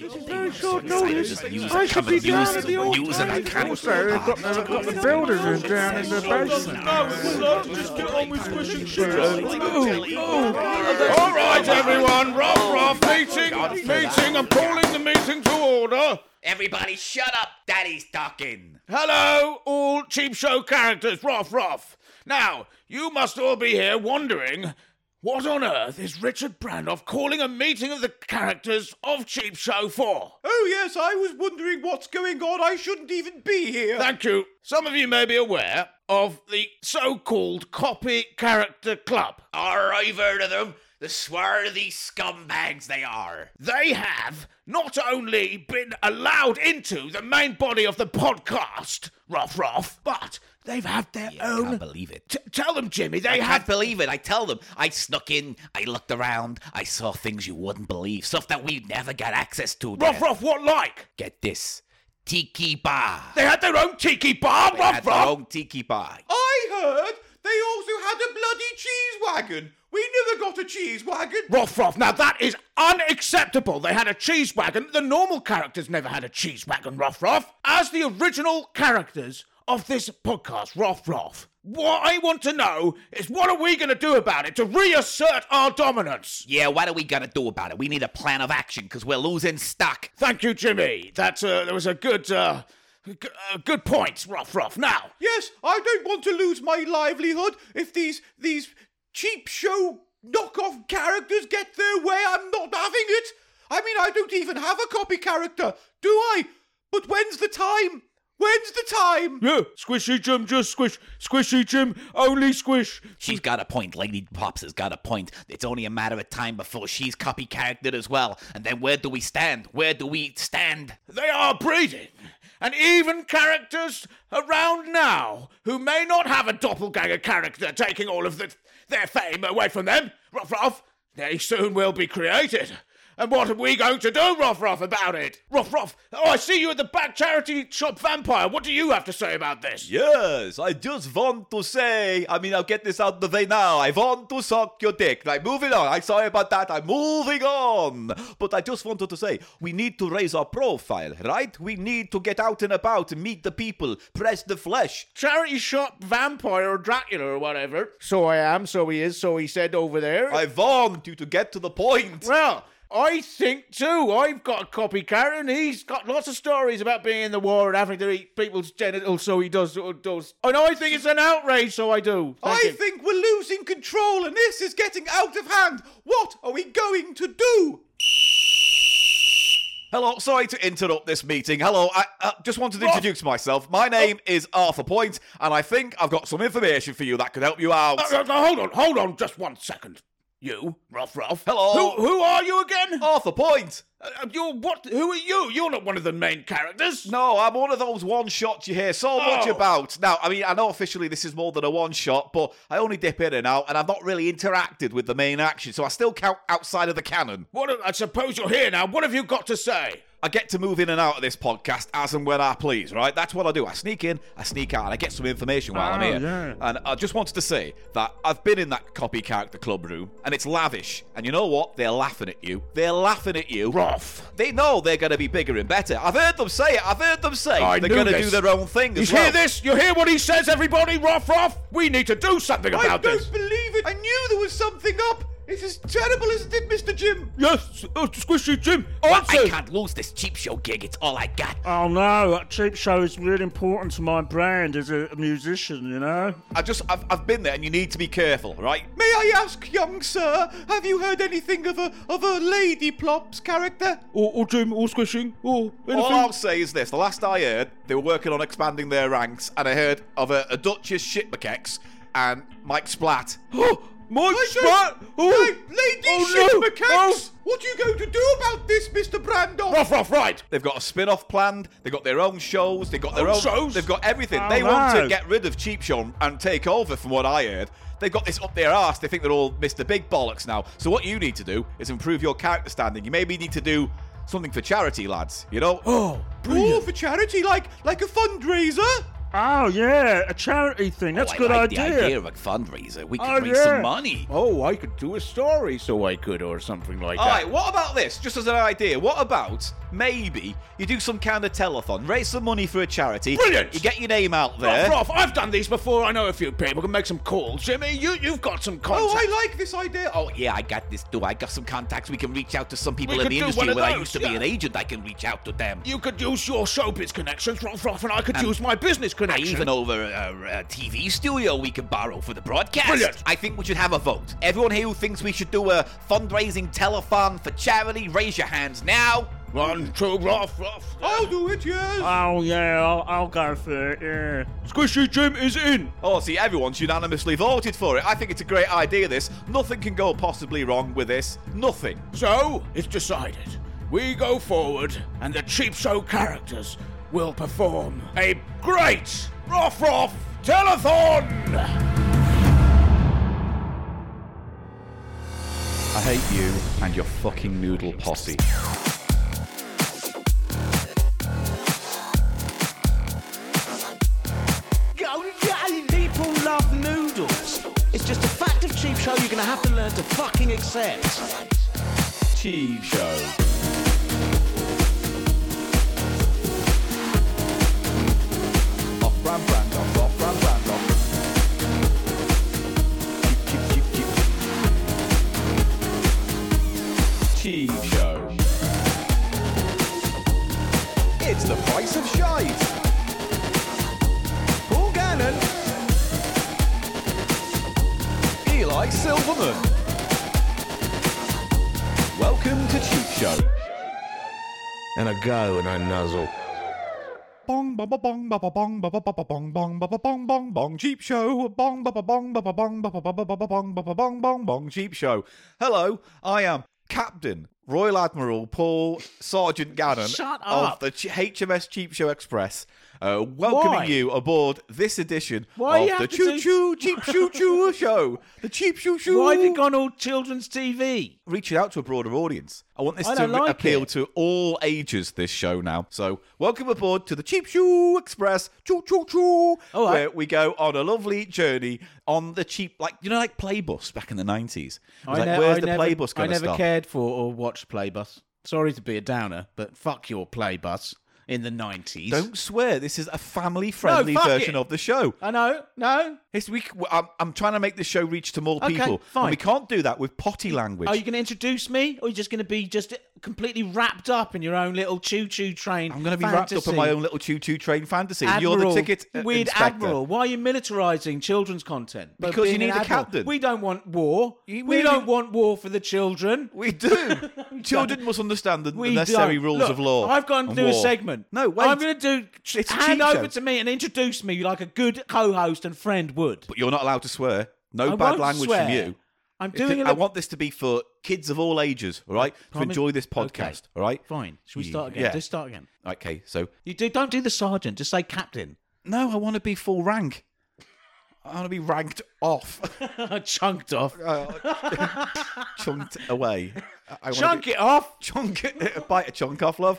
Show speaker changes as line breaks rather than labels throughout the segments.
This is very short notice. I should be down at the old
Also, they've got the, they've got the builders down in the basement.
Just get on with squishing
All right, everyone. Rough, rough. Meeting, meeting. I'm calling the meeting to order.
Everybody, shut up. Daddy's talking.
Hello, all cheap show characters. Rough, rough. Now, you must all be here wondering what on earth is Richard Brandoff calling a meeting of the characters of Cheap Show for?
Oh, yes, I was wondering what's going on. I shouldn't even be here.
Thank you. Some of you may be aware of the so called Copy Character Club.
Are I've heard of them. The swarthy scumbags they are.
They have not only been allowed into the main body of the podcast, Ruff Ruff, but they've had their
I
own.
can't believe it.
T- tell them, Jimmy, they
I
Um, had
can't believe it. I tell them. I snuck in. I looked around. I saw things you wouldn't believe. Stuff that we never got access to. there.
Ruff Ruff, what like?
Get this. Tiki bar.
They had their own tiki bar,
At
Ruff
their
Ruff.
own tiki bar.
I heard they also had a bloody cheese wagon. We never got a cheese wagon.
Ruff Ruff, now that is unacceptable. They had a cheese wagon. The normal characters never had a cheese wagon, Ruff Ruff. As the original characters of this podcast, Ruff Ruff, what I want to know is what are we going to do about it to reassert our dominance?
Yeah, what are we gonna do about it? We need a plan of action because we're losing stock.
Thank you, Jimmy. That uh, that was a good uh, g- uh, good point, Ruff Ruff. Now,
Yes, I don't want to lose my livelihood if these these cheap show knockoff characters get their way. I'm not having it. I mean, I don't even have a copy character, do I? But when's the time? When's the time?
yeah, squishy Jim, just squish, squishy Jim, only squish.
She's got a point. Lady Pops has got a point. It's only a matter of time before she's copy charactered as well. And then where do we stand? Where do we stand?
They are breeding. And even characters around now who may not have a doppelganger character taking all of the, their fame away from them, Ruff Ruff, they soon will be created. And what are we going to do, Ruff Ruff, about it? Ruff Ruff, oh, I see you at the back charity shop vampire. What do you have to say about this?
Yes, I just want to say. I mean, I'll get this out of the way now. I want to suck your dick. Like, moving on. I'm sorry about that. I'm moving on. But I just wanted to say, we need to raise our profile, right? We need to get out and about, meet the people, press the flesh.
charity shop vampire or Dracula or whatever. So I am, so he is, so he said over there.
I want you to get to the point.
well, I think too. I've got a copy character, and he's got lots of stories about being in the war and having to eat people's genitals, so he does. does. And I think it's an outrage, so I do. Thank
I
you.
think we're losing control and this is getting out of hand. What are we going to do?
Hello, sorry to interrupt this meeting. Hello, I uh, just wanted to introduce myself.
Oh.
My name is Arthur Point, and I think I've got some information for you that could help you out.
Uh, uh, uh, hold on, hold on, just one second. You, Ruff Ruff.
Hello.
Who, who are you again?
Arthur Point!
Uh, uh, you're what? Who are you? You're not one of the main characters.
No, I'm one of those one shots you hear so much
Oh.
about. Now, I mean, I know officially this is more than a one shot, but I only dip in and out, and I've not really interacted with the main action, so I still count outside of the canon.
What? I suppose you're here now. What have you got to say?
I get to move in and out of this podcast as and when I please, right? That's what I do. I sneak in, I sneak out, and I get some information while I'm
Oh,
here.
yeah.
And I just wanted to say that I've been in that copy character club room, and it's lavish. And you know what? They're laughing at you. They're laughing at you.
Ruff.
They know they're going to be bigger and better. I've heard them say it. I've heard them say
I
they're
knew
going to
this.
do their own thing
You
as well.
hear this? You hear what he says, everybody? Roff, Roff, we need to do something
I
about
don't
this.
believe it. I knew there was something up. It's as terrible as it did, Mr. Jim.
Yes, uh, Squishy Jim,
I
answer.
can't lose this cheap show gig. It's all I got.
Oh no, that cheap show is really important to my brand as a musician, you know?
I just, I've, I've been there, and you need to be careful, right?
May I ask, young sir, have you heard anything of a of a Lady Plops character?
Or, or Oh, Jim, or Squishing, or anything.
All Oh, I'll say is this: the last I heard, they were working on expanding their ranks, and I heard of a, a Duchess Shipmakex and Mike Splat.
Oh, Mike Sprat. Oh,
Hey, Lady
oh, no.
Shipmacax! What are you going to do about this, Mr. Brandoff?
Oh. Roff, Roff, right.
They've got a spin-off planned. They've got their own shows. They've got their
Own
own,
shows?
They've got everything.
Oh,
they want
no.
to get rid of cheap show and take over. From what I heard, they've got this up their arse. They think they're all Mr. Big Bollocks now. So what you need to do is improve your character standing. You maybe need to do something for charity, lads. You know.
Oh,
All
brilliant.
for charity, like like a fundraiser?
Oh yeah, a charity thing. That's
oh,
a good
I like
idea.
The idea of a fundraiser. We could
Oh,
raise
yeah.
some money.
Oh, I could do a story, so I could, or something like
Oh, All right, what about this? Just as an idea, what about maybe you do some kind of telethon, raise some money for a charity.
Brilliant!
You get your name out there.
Ruff, Ruff, I've done these before. I know a few people can make some calls. Jimmy, you, you've got some contacts.
Oh, I like this idea. Oh,
Oh, yeah, I got this, too. I got some contacts. We can reach out to some people
We
in
could
the
do
industry
one of
where I
those,
used to be
yeah.
an agent. I can reach out to them.
You could use your showbiz connections, Ruff, Ruff, and I
Um,
could use my business
I
connections.
even over a, a TV uh, studio we could borrow for the broadcast.
Brilliant.
I think we should have a vote. Everyone here who thinks we should do a fundraising telethon for charity, raise your hands now.
Run, true, Ruff, Ruff.
I'll do it, yes.
Uh,
Oh, yeah, I'll, I'll go for it, yeah.
Squishy Jim is in.
Oh, see, everyone's unanimously voted for it. I think it's a great idea, this. Nothing can go possibly wrong with this. Nothing.
So, it's decided. We go forward, and the cheap show characters will perform a great Ruff, Ruff telethon.
I hate you and your fucking noodle posse.
People love noodles. It's just a fact of cheap show you're gonna have to learn to fucking accept.
TV show. Off-brand brand, off, off-brand brand, off. Cheap, cheap, cheap, cheap, cheap. TV show. It's the price of shite. Paul Gannon. Eli Silverman. Welcome to Cheap Show.
and I go and I nuzzle.
Bong ba ba bong ba ba bong ba ba ba ba bong bong ba ba bong bong bong cheap show bong ba ba bong ba ba bong ba ba ba ba ba ba bong ba ba bong bong bong.
Bong Cheap Show. Hello, I am Captain Royal Admiral Paul Sergeant Gannon
Shut
of
up.
the Ch- HMS Cheap Show Express, uh, welcoming
Why?
you aboard this edition
Why you
of
have
the
to
Choo
do-
Choo Cheap Choo Choo Show. The Cheap Choo Choo.
Why have you gone all children's TV?
Reaching out to a broader audience. I want this
I
to
don't like
appeal
it.
to all ages. This show now. So welcome aboard to the Cheap Choo Express. Choo Choo Choo.
All right.
Where we go on a lovely journey on the cheap, like you know, like Playbus back in the nineties. like,
ne-
where's the
never,
Playbus
I
going to
never
stop?
cared for or watched Playbus. Sorry to be a downer, but fuck your Playbus in the 90s.
Don't swear. This is a family-friendly
No, fuck
version
it.
of the show.
I know, no.
It's, we, I'm, I'm trying to make this show reach to more
Okay,
people.
fine.
And we can't do that with potty language.
Are you going to introduce me, or are you just going to be just completely wrapped up in your own little choo-choo train?
I'm going to be wrapped up in my own little choo-choo train fantasy. and You're the ticket uh,
weird
inspector.
admiral. Why are you militarizing children's content? By
Because you
being an
need a
admiral.
captain.
We don't want war.
You-
we
we-
don't want war for the children.
We do. Children must understand the, the
We
necessary
don't.
rules
Look,
of law.
I've got to
and
do a
war.
segment.
No, wait.
I'm going to do.
It's a cheap
hand over
show.
to me and introduce me like a good co-host and friend would.
But you're not allowed to swear. No
I
bad
won't
language
swear.
from you.
I'm
It-
doing. a
I
little-
want this to be for kids of all ages, all right? To
Promise-
enjoy this
Okay.
podcast, all right?
Fine. Should we
Yeah.
start again?
Yeah.
Just start again.
Okay, so
You do. Don't do the sergeant. Just say captain.
no, I want to be full rank. I want to be ranked off,
Chunked off.
chunked away. I- I wanna
Chunk
be-
it off.
chunk it, bite a chunk off, love.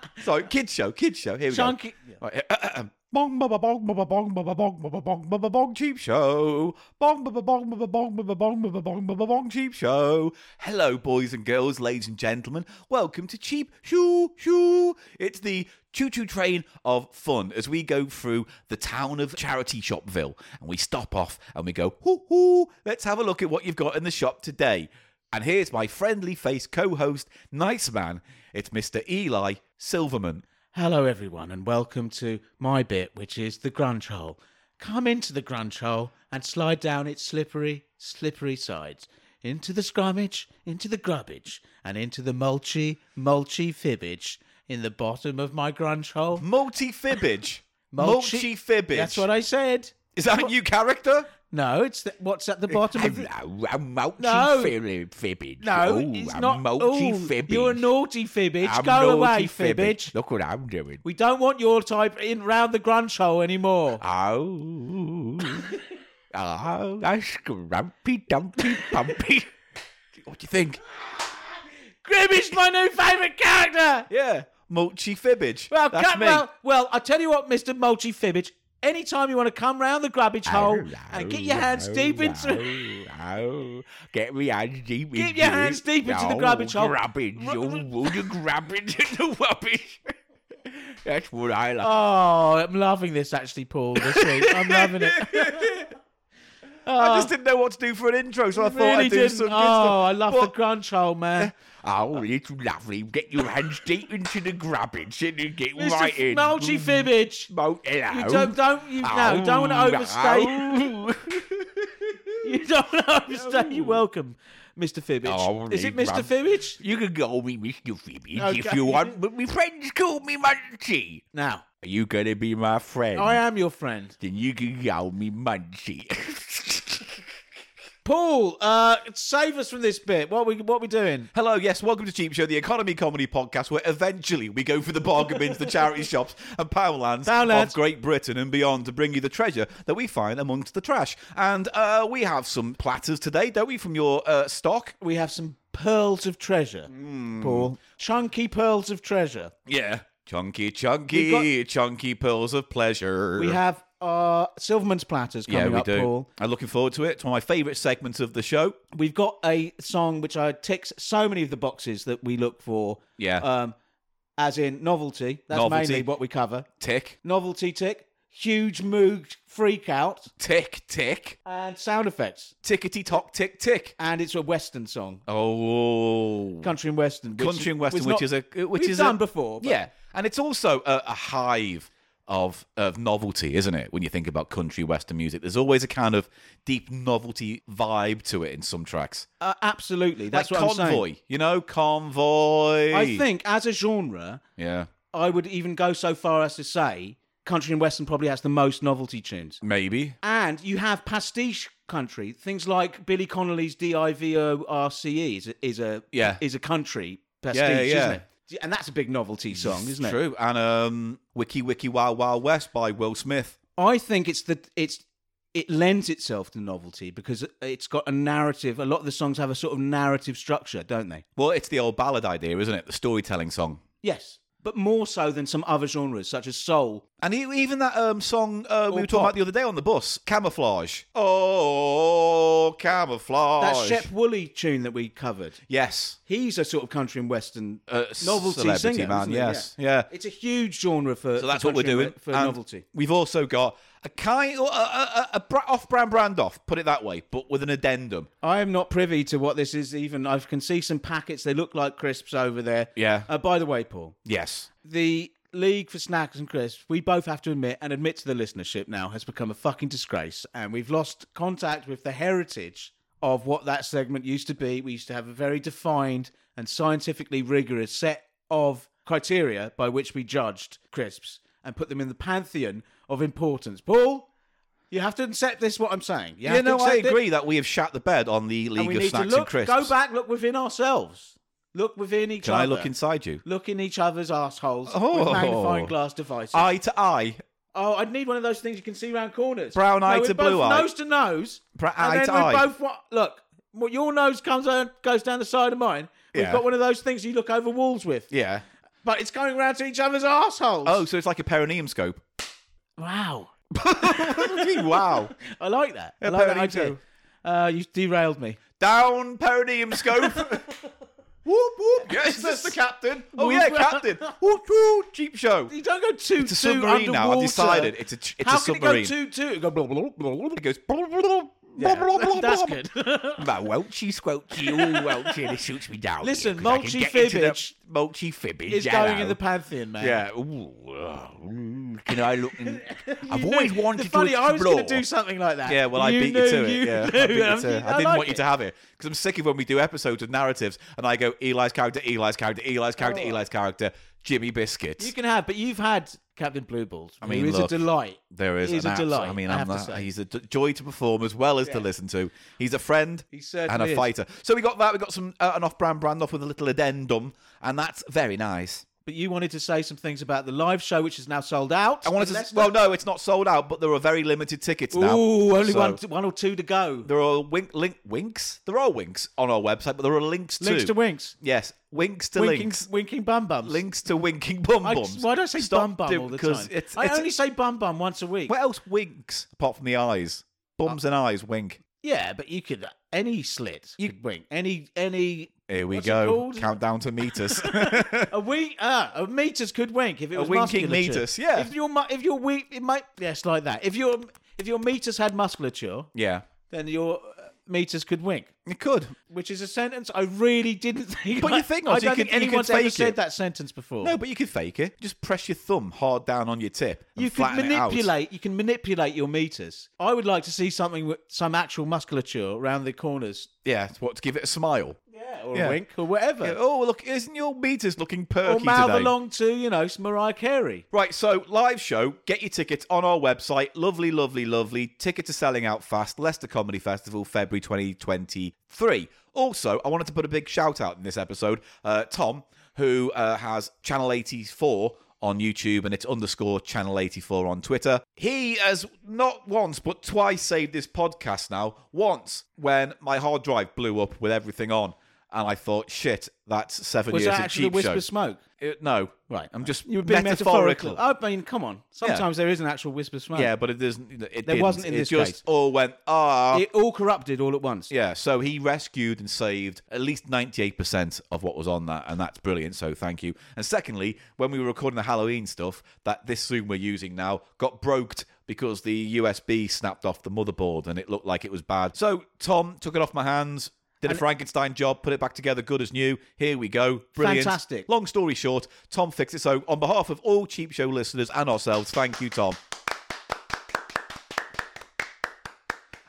so, kids show, kids show. Here we
Chunk
go.
it.
Right,
Bong ba ba bong ba ba bong ba ba bong ba ba bong ba ba bong cheap show.
show,
Bong ba ba bong ba ba bong ba ba bong ba ba bong ba ba bong cheap show.
show. Hello, boys and girls, ladies and gentlemen. Welcome to Cheap Shoo Shoo. It's the choo choo train of fun as we go through the town of Charity Shopville and we stop off and we go, hoo hoo, let's have a look at what you've got in the shop today. And here's my friendly face co host, nice man. It's Mr. Eli Silverman.
Hello, everyone, and welcome to my bit, which is the grunge hole. Come into the grunge hole and slide down its slippery, slippery sides. Into the scrummage, into the grubbage, and into the mulchy, mulchy fibbage in the bottom of my grunge hole.
Multi fibbage. Multi fibbage.
That's what I said.
Is that a new character?
No, it's the, what's at the bottom of the.
Hello, I'm multi
No.
fibbage.
No,
Ooh,
it's
I'm
not.
multi
Ooh,
fibbage.
You're a naughty fibbage.
I'm
Go away,
naughty
fibbage.
Look what I'm doing.
We don't want your type in round the grunge hole anymore.
Oh, oh, I scrumpy dumpy pumpy.
What do you think?
Grim is my new favourite character.
Yeah, multi fibbage.
Well,
That's
cut-
me.
well, well, I tell you what, Mister Mulchy Fibbage. Anytime you want to come round the grubbage hole and get your hands deep into
Oh, get me hands deep
Get
into
your hands
it.
deep into the
Oh,
grubbage hole.
Grubbage, oh, all the grubbage and the rubbish. That's what I like.
Oh, I'm loving this actually, Paul, this week. I'm loving it. Oh,
I just didn't know what to do for an intro, so I thought
really
I'd do
didn't.
some good
oh,
stuff.
I love the grunge hole, man.
Oh, it's lovely. Get your hands deep into the grubbage and you get
Mr.
right in.
Mulchy Fibbage.
Mo- hello.
You
Oh.
don't, don't you no, don't want to overstay.
Oh,
You don't want to overstay.
Oh.
You're welcome, Mr. Fibbage.
Oh,
Is it
leave
Mr.
rub-
Fibbage?
You can call me Mr. Fibbage if
Okay.
you want, but my friends call me Munchie.
Now,
Are you going to be my friend?
I am your friend.
Then you can call me Munchie.
Paul, uh, save us from this bit. What we what we doing?
Hello, yes, welcome to Cheap Show, the economy comedy podcast where eventually we go for the bargain bins, the charity shops, and poundlands,
Poundlands.
of Great Britain and beyond to bring you the treasure that we find amongst the trash. And uh, we have some platters today, don't we, from your uh, stock?
We have some pearls of treasure,
Hmm.
Paul. Chunky pearls of treasure.
Yeah. Chunky, chunky, chunky pearls of pleasure.
We have uh, Silverman's platters coming
yeah, we
up,
do.
Paul.
I'm looking forward to it. It's one of my favourite segments of the show.
We've got a song which I ticks so many of the boxes that we look for.
Yeah.
Um, as in novelty. That's
Novelty.
mainly what we cover.
Tick,
Novelty tick, huge moog freak out,
tick, tick,
and sound effects.
tickety tock, tick, tick.
And it's a western song,
Oh,
country and western. Which
country and western,
was
which
not-
is a which
we've
is
done
a,
before. but-
Yeah, and it's also a, a hive of of novelty, isn't it? When you think about country western music, there's always a kind of deep novelty vibe to it in some tracks.
Uh, absolutely. That's
like
what I'm
convoy,
saying.
you know, convoy.
I think as a genre,
yeah,
I would even go so far as to say country and western probably has the most novelty tunes.
maybe.
And you have pastiche country, things like Billy Connolly's D I V O R C E is a is a,
Yeah.
is a country pastiche,
Yeah, yeah, yeah.
isn't it? And that's a big novelty song, isn't it?
True, and um, Wiki Wiki Wild Wild West by Will Smith.
I think it's the it's it lends itself to novelty because it's got a narrative. A lot of the songs have a sort of narrative structure, don't they?
Well, it's the old ballad idea, isn't it? The storytelling song.
Yes, but more so than some other genres such as soul.
And e- even that um, song uh, we
Or
were talking
pop.
about the other day on the bus, Camouflage. Oh,
That
Camouflage.
Shep Woolley tune that we covered.
Yes.
He's a sort of country and western
Uh,
novelty
celebrity
singer,
man,
isn't he?
yes. Yeah.
It's a huge genre for.
So that's
for
what we're
country
doing.
and for
And
novelty.
We've also got a kind, a, a, a, a off brand brand off, put it that way, but with an addendum.
I am not privy to what this is even. I can see some packets. They look like crisps over there.
Yeah.
Uh, by the way, Paul,
Yes.
the League for Snacks and Crisps, we both have to admit and admit to the listenership now, has become a fucking disgrace. And we've lost contact with the heritage of what that segment used to be. We used to have a very defined and scientifically rigorous set of criteria by which we judged crisps and put them in the pantheon of importance. Paul, you have to accept this, what I'm saying. You
Yeah,
have to
no, I
accept it.
agree that we have shat the bed on the League
And we
of
need to
Snacks
look,
and Crisps.
go back, look within ourselves. Look within each
Can
other.
I look inside you?
Look in each other's assholes with
Oh.
magnifying glass devices.
Eye to eye.
oh, I'd need one of those things you can see round corners.
Brown eye
no, we're
to
both
blue eye.
Nose to nose.
Bra-
and
eye
then
to
we
eye.
both wa- look. Well, your nose comes out, goes down the side of mine. We've
Yeah.
got one of those things you look over walls with.
Yeah.
But it's going round to each other's assholes.
Oh, so it's like a perineum scope.
wow.
wow.
I like that. I
Yeah,
like that
apparently
idea.
too.
Uh, you derailed me.
Down perineum scope. whoop whoop. Yes, that's the captain. Oh
Whoop.
yeah, captain. whoop whoop. Cheap show.
You don't go too
It's a submarine now. I've decided it's a it's
How
a
can
submarine.
it go too too? It go blah, blah, blah, blah, blah.
It goes. blub, blub, blub, blub, blub,
That's
blub.
good.
My welchy squelchy, all welchy, and it suits me down.
Listen,
here, 'cause I
mulchy
can get into the
fibbage
Mulchy fibbage.
It's
hello.
going in the pantheon, man.
Yeah.
Ooh, uh, ooh, can I look? In... I've
You
always
knew-
wanted
the funny,
to
I was going
explore.
to do something like that.
Yeah, well, I beat you
knew,
to it. yeah, I, beat you
knew.
to it. I
I
didn't
like
want you
it.
to have it because I'm sick of when we do episodes with narratives and I go Eli's character, Eli's character, Eli's character,
Oh.
Eli's character, Jimmy Biscuits.
You can have, but you've had Captain Blue Balls. I
mean,
who is
look,
a delight.
there is
he's
an
a
abs-
delight,
I mean,
I
I'm
have to
not-
say.
he's a d- joy to perform as well as to listen to. He's a friend
He
and
certainly
a
is.
fighter. So we got that. We got some uh, an off-brand brand off with a little addendum, and that's very nice.
but you wanted to say some things about the live show, which is now sold out.
I wanted to.
Let's
Well,
not-
no, it's not sold out, but there are very limited tickets now.
Ooh, only
So
one, one or two to go.
There are wink, link, winks. There are winks on our website, but there are links to
links to winks.
Yes, winks to
Winking,
links.
winking bum bums.
Links to winking bum
I,
bums.
why do I say bum
Stop
bum
do-
all the time?
because It's,
I
it's-
only say bum bum once a week.
What else winks apart from the eyes? Bums
Uh,
and eyes wink.
yeah, but you could any slit you could wink any any
Here we
what's it
go.
called?
Countdown to meters.
a week ah a metres could wink if it
A
was
winking
musculature.
metres, yeah.
If your mu- if your weak it might yes like that. If your if your meters had musculature,
yeah,
then your uh, meters could wink.
it could.
Which is a sentence I really didn't think.
But
I,
you think,
I
Oz, you
don't
could-
think
you could
anyone's ever
fake
said
it.
that sentence before.
No, but you could fake it. Just press your thumb hard down on your tip. And
you can
flatten it out.
manipulate. You can manipulate your meters. I would like to see something with some actual musculature around the corners,
Yeah, what to give it a smile.
yeah, or
Yeah.
a wink or whatever.
Yeah, oh, look, isn't your meters looking
or
perky
mouth
today?
along to you know Mariah Carey.
Right, so live show, get your tickets on our website. Lovely, lovely, lovely. Tickets are selling out fast. Leicester Comedy Festival, February 2023. Also, I wanted to put a big shout out in this episode. Uh, Tom, who uh, has Channel 84 on YouTube and it's underscore Channel 84 on Twitter, he has not once but twice saved this podcast now. Once when my hard drive blew up with everything on. And I thought, shit, that's seven
Was
years
that
of
actually
cheap
whisper
show.
smoke?
It- no,
Right,
I'm just
you were being
metaphorical.
metaphorical. I mean, come on. Sometimes there is an actual whisper smoke.
Yeah, but it doesn't. It there
wasn't in
it
this
just
case.
all went ah.
it all corrupted all at once.
yeah, so he rescued and saved at least 98% of what was on that, and that's brilliant, so thank you. And secondly, when we were recording the Halloween stuff, that this Zoom we're using now got broked because the USB snapped off the motherboard and it looked like it was bad. So Tom took it off my hands, did a Frankenstein job, put it back together good as new. Here we go. Brilliant.
Fantastic.
Long story short, Tom fixed it. So on behalf of all Cheap Show listeners and ourselves, thank you, Tom.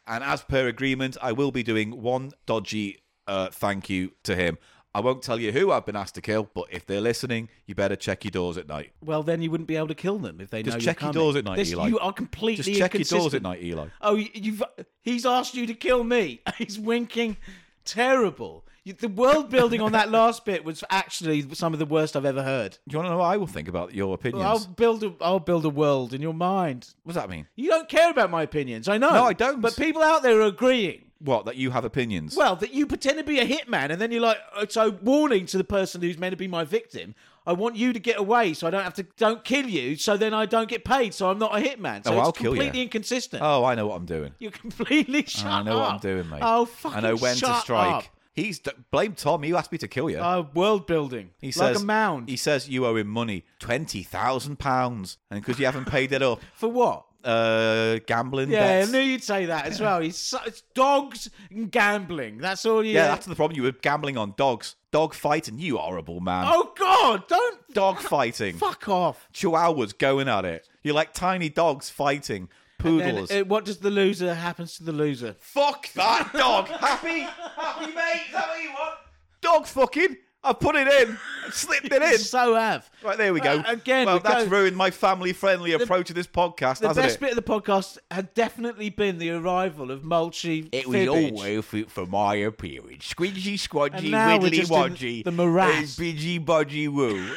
And as per agreement, I will be doing one dodgy uh, thank you to him. I won't tell you who I've been asked to kill, but if they're listening, you better check your doors at night.
Well, then you wouldn't be able to kill them if they
Just
know
check
you're
your
coming.
doors at night,
This-
Eli.
You are completely
Just check your doors at
inconsistent.
night, Eli.
Oh, y- you've he's asked you to kill me. He's winking. Terrible. You, the world building on that last bit was actually some of the worst I've ever heard.
Do you want to know what I will think about your opinions?
I'll build a I'll build a world in your mind.
what does that mean?
You don't care about my opinions. I know.
No, I don't.
But people out there are agreeing.
What, that you have opinions?
Well, that you pretend to be a hitman and then you're like, oh, so warning to the person who's meant to be my victim. I want you to get away so I don't have to don't kill you so then I don't get paid so I'm not a hitman. So
Oh,
it's
I'll kill you.
completely inconsistent.
oh, I know what I'm doing.
You're completely shut
I know what I'm
up.
doing, mate.
Oh, fucking
I know when
shut
to strike.
Up.
He's d- blame Tom. He asked me to kill you.
Uh, world building.
he
like
says
a mound.
He says you owe him money, twenty thousand pounds, and because you haven't paid it up,
For what?
uh, gambling
Yeah,
debts.
I knew you'd say that as well. He's so, it's dogs and gambling. That's all you.
Yeah, that's the problem. You were gambling on dogs. Dog fighting, you horrible man.
oh God! Don't
Dog fighting.
fuck off.
Chihuahuas going at it. You're like tiny dogs fighting.
Then,
Poodles.
uh, what does the loser happens to the loser?
Fuck that dog. happy? Happy, mate? Is that what you want? Dog fucking. I put it in. Slipped it in.
So have.
Right, there we go.
Uh, again,
well,
we
that's
go-
ruined my family friendly approach to this podcast,
The
hasn't
best
it?
bit of the podcast had definitely been the arrival of Mulchy.
It was all worth it for my appearance. Squidgy,
And
squidgy,
now we're
widdly,
just in
wodgy.
the morass.
and Bidgy, bodgy, woo.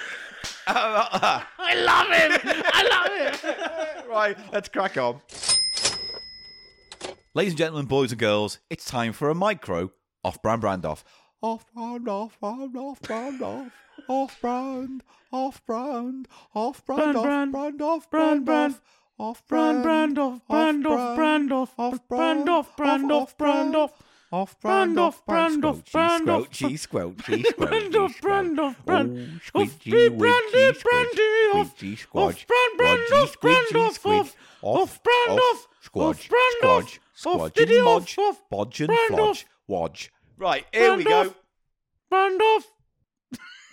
I love him. I love him.
Right, let's crack on. Ladies and gentlemen, boys and girls, it's time for a micro off brand brand off. Off brand, off brand, off brand, off. Off brand, off brand, off brand,
Brand,
off
brand,
brand, off
brand,
brand,
brand,
off. Off
brand, brand, off brand, off brand, off brand, off brand, off brand, off
off
brand, off brand, off brand, off
Squelchy, squelchy,
brand,
squelchy,
off brand,
squelch.
off brand,
Oh,
off
squidgy,
brand,
widgy,
brandy,
squelch,
brandy, off-
squidgy,
off brand, brand,
squelch. Wodgy,
off brand, off, off, off
squidgy, squidge.
brand, off,
squelch,
off brand,
squelch,
off,
squelch
diddy,
and
off,
modge,
off,
bodge and
brand,
flodge.
off.
Wodge. Right, here we
Brand
go.
off. brand off,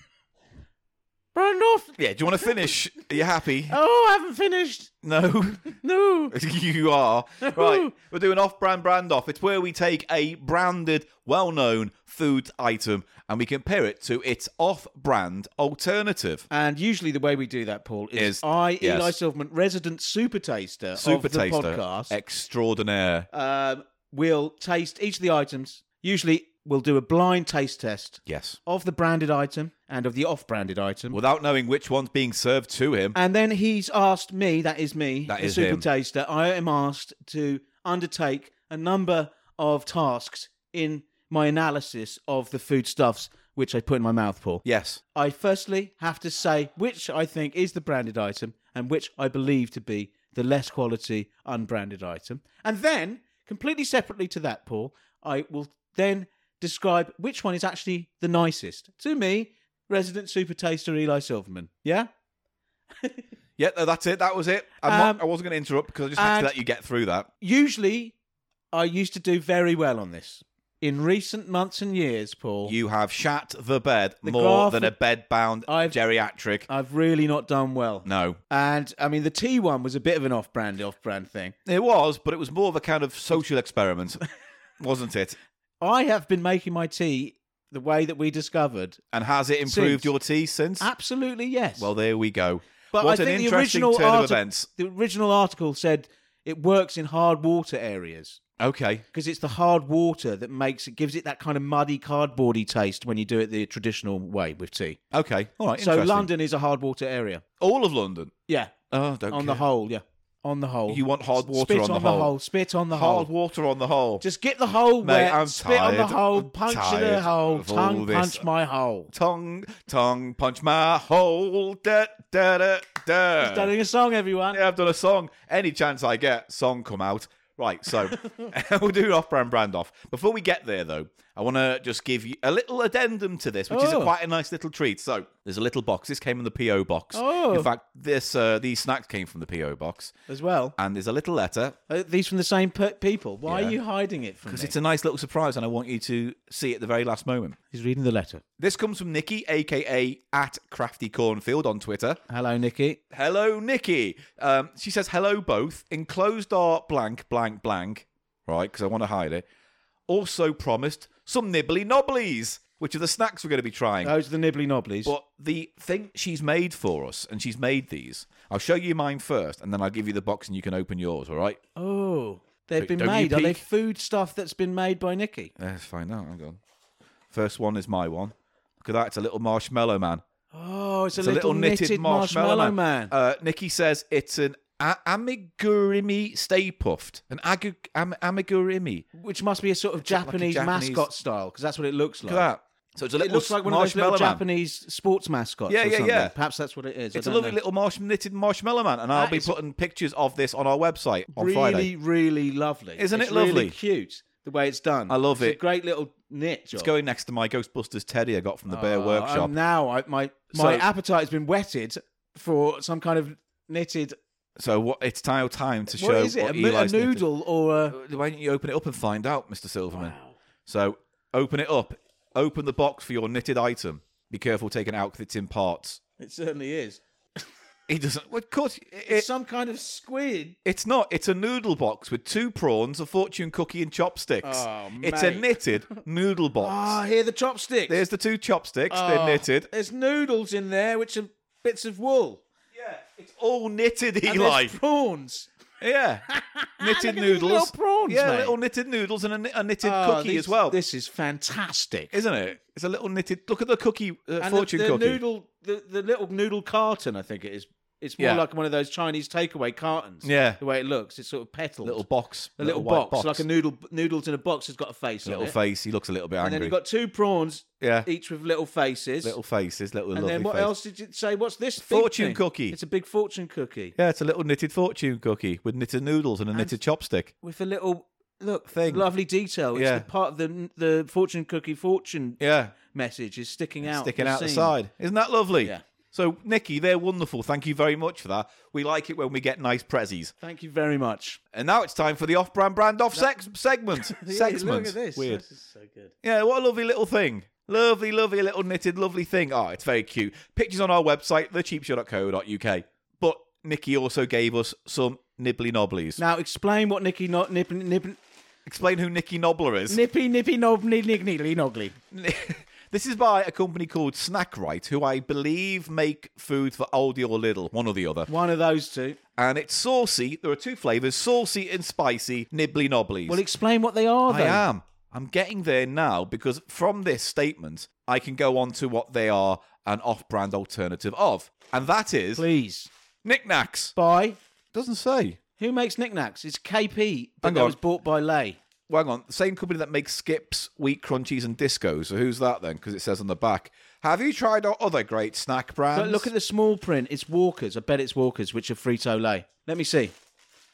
brand off.
Yeah, do you want to finish? Are you happy?
Oh, I haven't finished.
No.
No.
you are. Right. We're doing off brand brand off. It's where we take a branded, well known food item and we compare it to its off brand alternative.
And usually the way we do that, Paul, is,
Is-
I,
yes.
Eli Silverman, resident super taster
Super
of the
taster.
podcast,
Extraordinaire.
um, will taste each of the items. Usually will do a blind taste test
Yes.
of the branded item and of the off-branded item.
Without knowing which one's being served to him.
And then he's asked me, that is me,
That
the
is
super
him.
taster, I am asked to undertake a number of tasks in my analysis of the foodstuffs which I put in my mouth, Paul.
Yes.
I firstly have to say which I think is the branded item and which I believe to be the less quality unbranded item. And then, completely separately to that, Paul, I will then describe which one is actually the nicest. To me, resident super taster Eli Silverman. Yeah?
Yeah, no, that's it. That was it. I'm
Um,
not, I wasn't going to interrupt because I just had
and-
to let you get through that.
Usually, I used to do very well on this. In recent months and years, Paul,
You have shat the bed
The
more
graph-
than a bed bound
I've-
geriatric.
I've really not done well.
no.
And I mean, the T one was a bit of an off brand, off brand thing.
It was, but it was more of a kind of social experiment, wasn't it?
I have been making my tea the way that we discovered.
And has it improved
Since.
your tea since?
Absolutely yes.
Well, there we go.
but
what
I
an
think the
interesting
original
turn
arti-
of events.
The original article said it works in hard water areas
Okay.
because it's the hard water that makes it gives it that kind of muddy cardboardy taste when you do it the traditional way with tea.
Okay. All right.
So
interesting.
London is a hard water area.
All of London.
Yeah,
Oh, don't
on the
care.
whole, yeah, on the whole.
You want hard water
spit
on the
hole.
whole.
Spit on the
Hard
hole.
water on the whole.
Just get the hole
Mate,
wet.
I'm
spit on the
tired.
hole.
I'm
Punch in the
tired
hole.
of all
Tongue
this.
punch my hole.
tongue, tongue, punch my hole. Da, da, da, da.
Starting a song, everyone.
Yeah, I've done a song. Any chance I get, song come out. Right, so we'll do an off-brand brand off. Before we get there, though, I want to just give you a little addendum to this, which is a,
Oh.
quite a nice little treat. So there's a little box. This came in the PO box.
Oh.
In fact, this uh, these snacks came from the PO box,
As well.
and there's a little letter
Are these from the same pe- people? Why
Yeah.
are you hiding it from me?
because it's a nice little surprise, and I want you to see it at the very last moment.
He's reading the letter.
This comes from Nikki, aka at Crafty Cornfield on Twitter.
Hello, Nikki.
Hello, Nikki. Um, she says, hello, both. Enclosed are blank, blank, blank. Right, because I want to hide it. Also promised some nibbly nobblies, which are the snacks we're going to be trying.
Those are the nibbly nobblies.
But the thing she's made for us, and she's made these, I'll show you mine first, and then I'll give you the box and you can open yours, all right?
Oh, they've been
Don't you
made. Are they
peek.
food stuff that's been made by Nikki?
Let's find out. Hang on. First one is my one. Look at that. It's a little marshmallow man.
Oh, it's a,
It's
little, knitted, marshmallow, man.
Uh, Nikki says it's an a- amigurumi stay puffed. An agu- am- amigurumi.
which must be a sort of Japanese,
Japanese-
mascot style, because that's what it looks like.
Look at that. So it's a
It
little
looks like one of those
marshmallow
little
man.
Japanese sports mascots.
Yeah,
or
yeah,
something.
yeah.
Perhaps that's what it is. I
It's a
don't
lovely
know.
little marsh- knitted marshmallow man, and I'll
That
be
is-
putting pictures of this on our website on
really,
Friday.
really lovely.
Isn't
It's
it
really
lovely?
cute the way it's done.
I love
It's
it.
A great little knit job.
It's going next to my Ghostbusters teddy I got from the Bear
Oh,
Workshop.
and now I, my my
So-
appetite's been whetted for some kind of knitted.
So what, it's now time to
what
show
is it?
what
a, mo- a
Eli's knitted.
noodle or a?
Why don't you open it up and find out, Mr. Silverman? So open it up. Open the box for your knitted item. Be careful taking it out because it's in parts.
It certainly is.
He doesn't. Well, of course, it,
It's
it-
some kind of squid.
it's not. It's a noodle box with two prawns, a fortune cookie, and chopsticks.
Oh,
it's a
mate.
knitted noodle
Ah,
box.
here the chopsticks.
There's the two chopsticks.
Ah,
They're knitted.
There's noodles in there, which are bits of wool.
It's all knitted,
And
Eli.
there's prawns.
yeah, knitted
Look at these
noodles.
little prawns,
yeah,
mate.
little knitted noodles and a, kni- a knitted
Ah,
cookie
these-
as well.
This is fantastic.
Isn't it? It's a little knitted. Look at the cookie uh,
and
fortune
the, the
cookie.
noodle, the, the little noodle carton, I think it is. It's more
Yeah.
like one of those Chinese takeaway cartons.
Yeah.
the way it looks, it's sort of petaled.
little box.
a little,
white
box, like a noodle noodles in a box has got a face
little
on it.
face. He looks a little bit
and then
angry.
you've got two prawns,
yeah,
each with little faces.
little faces, little
and
lovely
then what
face.
else did you say? What's this? big
Fortune
thing?
cookie.
It's a big fortune cookie
Yeah, it's a little knitted fortune cookie with knitted noodles and a knitted chopstick.
with a little look
Thing.
Lovely detail. It's
Yeah.
the part of the the fortune cookie fortune
Yeah,
message is sticking out,
sticking
the
out the
seam.
side. Isn't that lovely?
Yeah.
So, Nikki, they're wonderful. Thank you very much for that. We like it when we get nice prezzies.
Thank you very much.
And now it's time for the off-brand brand off sex segment. segment.
Look at this.
Weird.
This is so good.
Yeah, what a lovely little thing. Lovely, lovely little knitted, lovely thing. Oh, it's very cute. Pictures on our website, thecheapshow.co.uk. But Nikki also gave us some nibbly nobblies.
Now explain what Nicky not nip nip
Explain who Nikki Nobbler is.
nippy nippy nob nid nig niggly noggly.
this is by a company called Snackrite, who I believe make food for Aldi or Lidl, one or the other.
One of those two.
And it's saucy. There are two flavors: saucy and spicy nibbly nobblies.
Well, explain what they are.
I
though.
am. I'm getting there now because from this statement, I can go on to what they are an off brand alternative of. And that is
Please.
knickknacks.
By
Doesn't say.
who makes knickknacks? It's KP, but
Hang
that
on.
was bought by Lay.
Well, hang on, the same company that makes skips, wheat crunchies, and disco. So who's that then? Because it says on the back. Have you tried our other great snack brands?
But look at the small print. It's Walkers. I bet it's Walkers, which are Frito Lay. Let me see.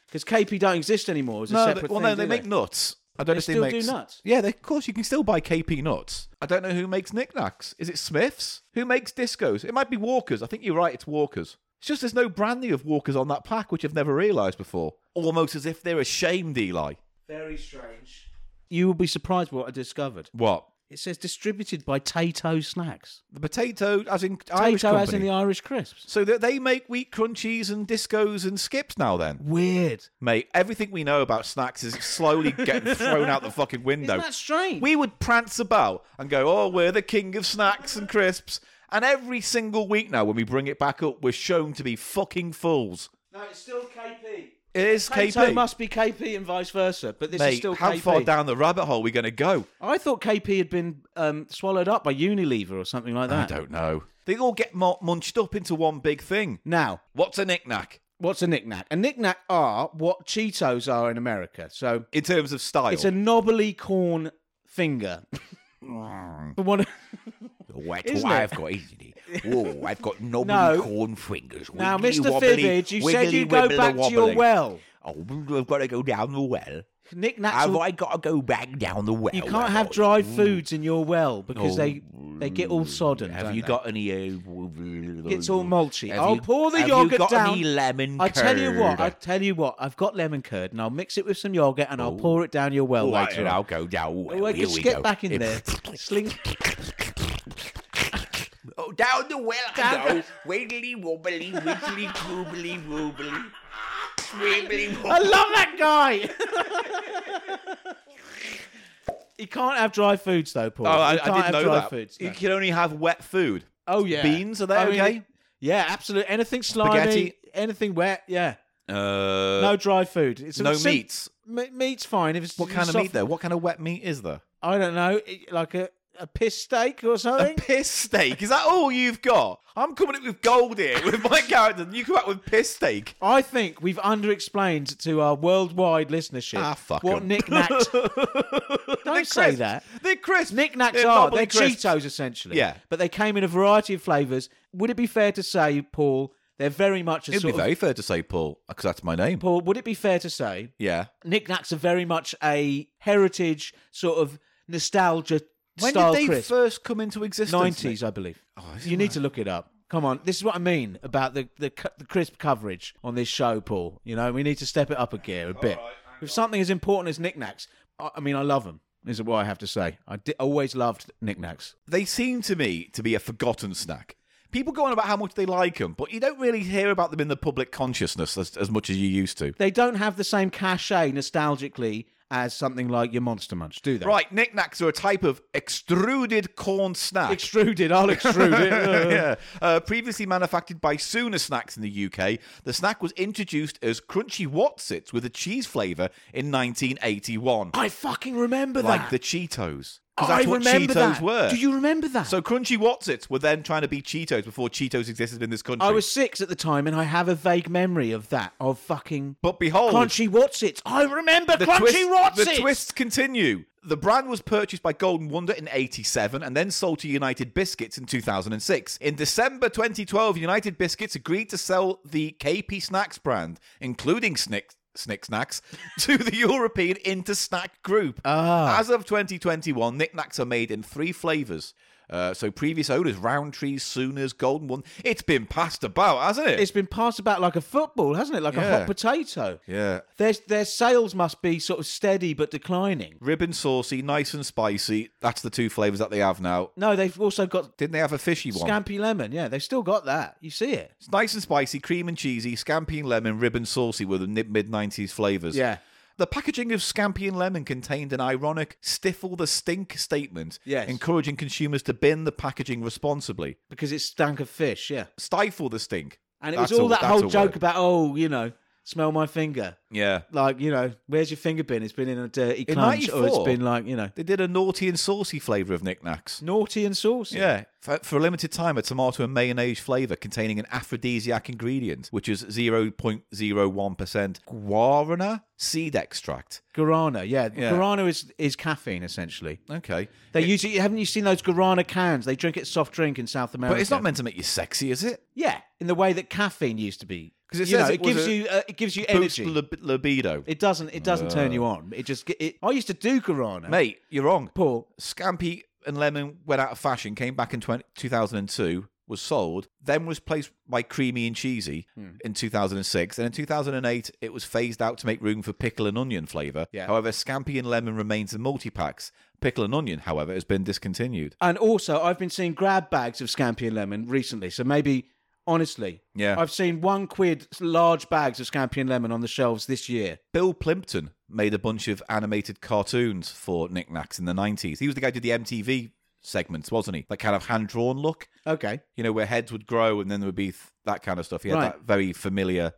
Because KP don't exist anymore as a
no,
separate
they, well,
thing.
no,
do
they make nuts. I don't
They
know if
still
they
do
make
nuts?
Yeah, they, of course you can still buy KP nuts. I don't know who makes knickknacks. Is it Smiths? Who makes discos? It might be Walkers. I think you're right. It's Walkers. It's just there's no brand name of Walkers on that pack, which I've never realised before. Almost as if they're ashamed, Eli.
Very strange. You will be surprised what I discovered.
What?
It says distributed by Tato Snacks.
The potato, as in Irish
Tato as in
company.
the Irish crisps.
So that they make wheat crunchies and discos and skips now. Then,
Weird.
mate, everything we know about snacks is slowly getting thrown out the fucking window.
Isn't that strange?
we would prance about and go, oh, we're the king of snacks and crisps. And every single week now, when we bring it back up, we're shown to be fucking fools.
no, it's still KP.
It is
Tato
KP.
must be KP and vice versa, but this is
Mate,
still
how
KP.
far down the rabbit hole are we going to go?
I thought KP had been um, swallowed up by Unilever or something like
I
that.
don't know. They all get mu- munched up into one big thing.
Now,
What's a knick-knack
what's a knick-knack? A knick-knack are what Cheetos are in America. So
in terms of style?
it's a knobbly corn finger.
Mm.
For one of-
What
Isn't
I've
it?
got, isn't it? Whoa, I've got knobbly
No.
corn fingers.
now,
wiggly
Mr.
wobbly,
Fibbage, you said
wiggly
you'd go
wibbly
back to your
wobbly.
well.
Oh, I've got to go down the well.
Knick-knacks
Have
will
I got to go back down the well? Mm.
You can't have
I?
dry foods in your well because they they get all sodden.
Have
don't
you
they?
got any? Uh,
It's all mulchy.
Have
I'll
you-
pour the
have you
yogurt
got
down.
Any lemon
I tell you what.
curd?
I tell you what. I've got lemon curd, and I'll mix it with some yogurt, and I'll pour it down your well
All right,
later.
then
on.
Oh. I'll go down. Well,
Oh, I
Here
just
we
get
go.
back in
If-
there, sling.
Oh, down the well
Down
I go.
the-
Wiggly wobbly, wiggly goobly woobly. Wibbly
I
wobbly.
love that guy. You can't have dry foods though, Paul.
Oh, I, I
you can't
didn't
have
know
dry
that.
foods.
You
no.
can only have wet food.
Oh yeah,
Beans, are they
Oh, yeah.
okay?
Yeah, absolutely. Anything slimy,
Spaghetti?
anything wet. Yeah,
Uh,
no dry food. It's a
no
sim-
meats.
Me- meat's fine. If it's
What kind of
soft-
meat there? What kind of wet meat is there?
I don't know, it- like a, a piss steak or
A
something.
piss steak? Is that all you've got? I'm coming up with gold here with my character, and you come out with piss steak.
I think we've underexplained to our worldwide listenership
Ah, fuck
what
'em.
knickknacks. don't say
crisps.
that.
They're crisp.
Knickknacks
They're
are
knobbly
they're
crisps.
Cheetos essentially.
Yeah.
but they came in a variety of flavors. Would it be fair to say, Paul, they're very much a
It'd be
sort of
very fair to say Paul, because that's my name.
Paul? Would it be fair to say
Yeah.
knickknacks are very much a heritage sort of nostalgia
When
style
did they
crisp?
first Oh, come into existence?
Nineties, I believe. you need to look it up. Come on, this is what I mean about the, the cu- the crisp coverage on this show, Paul. You know, we need to step it up a gear a bit. With something as important as knickknacks, I, I mean, I love them. Is what I have to say. I di- always loved knickknacks.
They seem to me to be a forgotten snack. People go on about how much they like them, but you don't really hear about them in the public consciousness as, as much as you used to.
They don't have the same cachet nostalgically as something like your Monster Munch, do they?
Right, knickknacks are a type of extruded corn snack.
Extruded. I'll extrude it.
yeah. Uh, previously manufactured by Sooner Snacks in the UK, the snack was introduced as Crunchy Watsits with a cheese flavour in 1981,
I fucking remember
like
that.
the Cheetos.
I
Because that's what
remember
Cheetos
that.
were.
Do you remember that?
so Crunchy Watsits were then trying to be Cheetos before Cheetos existed in this country.
I was six at the time, and I have a vague memory of that of fucking
but behold,
Crunchy Watsits. I remember
the,
Crunchy
twist, the
Watsits.
twists continue. The brand was purchased by Golden Wonder in 87 and then sold to United Biscuits in 2006. In December 2012, United Biscuits agreed to sell the KP Snacks brand, including Snick, Snick Snacks, to the European Inter Snack Group.
Ah.
As of 2021, knickknacks are made in three flavors. Uh, so previous owners, Roundtrees, Sooners, Golden One. It's been passed about, hasn't it?
It's been passed about like a football, hasn't it? Like a
Yeah.
hot potato.
yeah.
Their their sales must be sort of steady but declining.
Ribbon saucy, nice and spicy. That's the two flavors that they have now.
No, they've also got
Didn't they have a fishy one?
Scampy Lemon. Yeah, they've still got that. You see it?
It's nice and spicy, cream and cheesy, scampi and lemon, ribbon saucy were the mid 90s flavours.
Yeah.
The packaging of scampi and lemon contained an ironic "stiffle the stink" statement,
Yes.
encouraging consumers to bin the packaging responsibly.
Because it stank of fish. Yeah,
Stifle the stink.
and it
That's
was all
a-
that
that's
whole
a
joke
word.
about oh, you know, smell my finger.
Yeah.
Like, you know, where's your finger been? It's been in a dirty
In
clutch, or it's
94?
been like, you know,
They did a naughty and saucy flavour of knickknacks.
naughty and saucy.
Yeah, for, for a limited time, a tomato and mayonnaise flavour containing an aphrodisiac ingredient, which is 0.01% guarana seed extract.
Guarana, yeah.
Yeah.
Guarana is, is caffeine, essentially.
Okay.
They use it, haven't you seen those guarana cans? They drink it as soft drink in South America.
But it's not meant to make you sexy, is it?
Yeah, in the way that caffeine used to be.
'Cause it
You
says
know,
it was
gives
a-
you uh, it gives you
Boost
energy.
lib- libido.
it doesn't it doesn't turn you on. It just it, I used to do guarana.
Mate, you're wrong.
Paul,
Scampi and Lemon went out of fashion, came back in 20, 2002, was sold, then was placed by Creamy and Cheesy in 2006. And in 2008, it was phased out to make room for pickle and onion flavour.
Yeah.
However, Scampi and Lemon remains in multi packs. Pickle and onion, however, has been discontinued.
And also, I've been seeing grab bags of scampi and lemon recently. So maybe, honestly,
Yeah.
I've seen one quid large bags of scampi and lemon on the shelves this year.
Bill Plimpton made a bunch of animated cartoons for knickknacks in the 90s. He was the guy who did the MTV segments, wasn't he? That kind of hand drawn look.
Okay,
you know, where heads would grow and then there would be th- that kind of stuff. He had
Right.
that very familiar,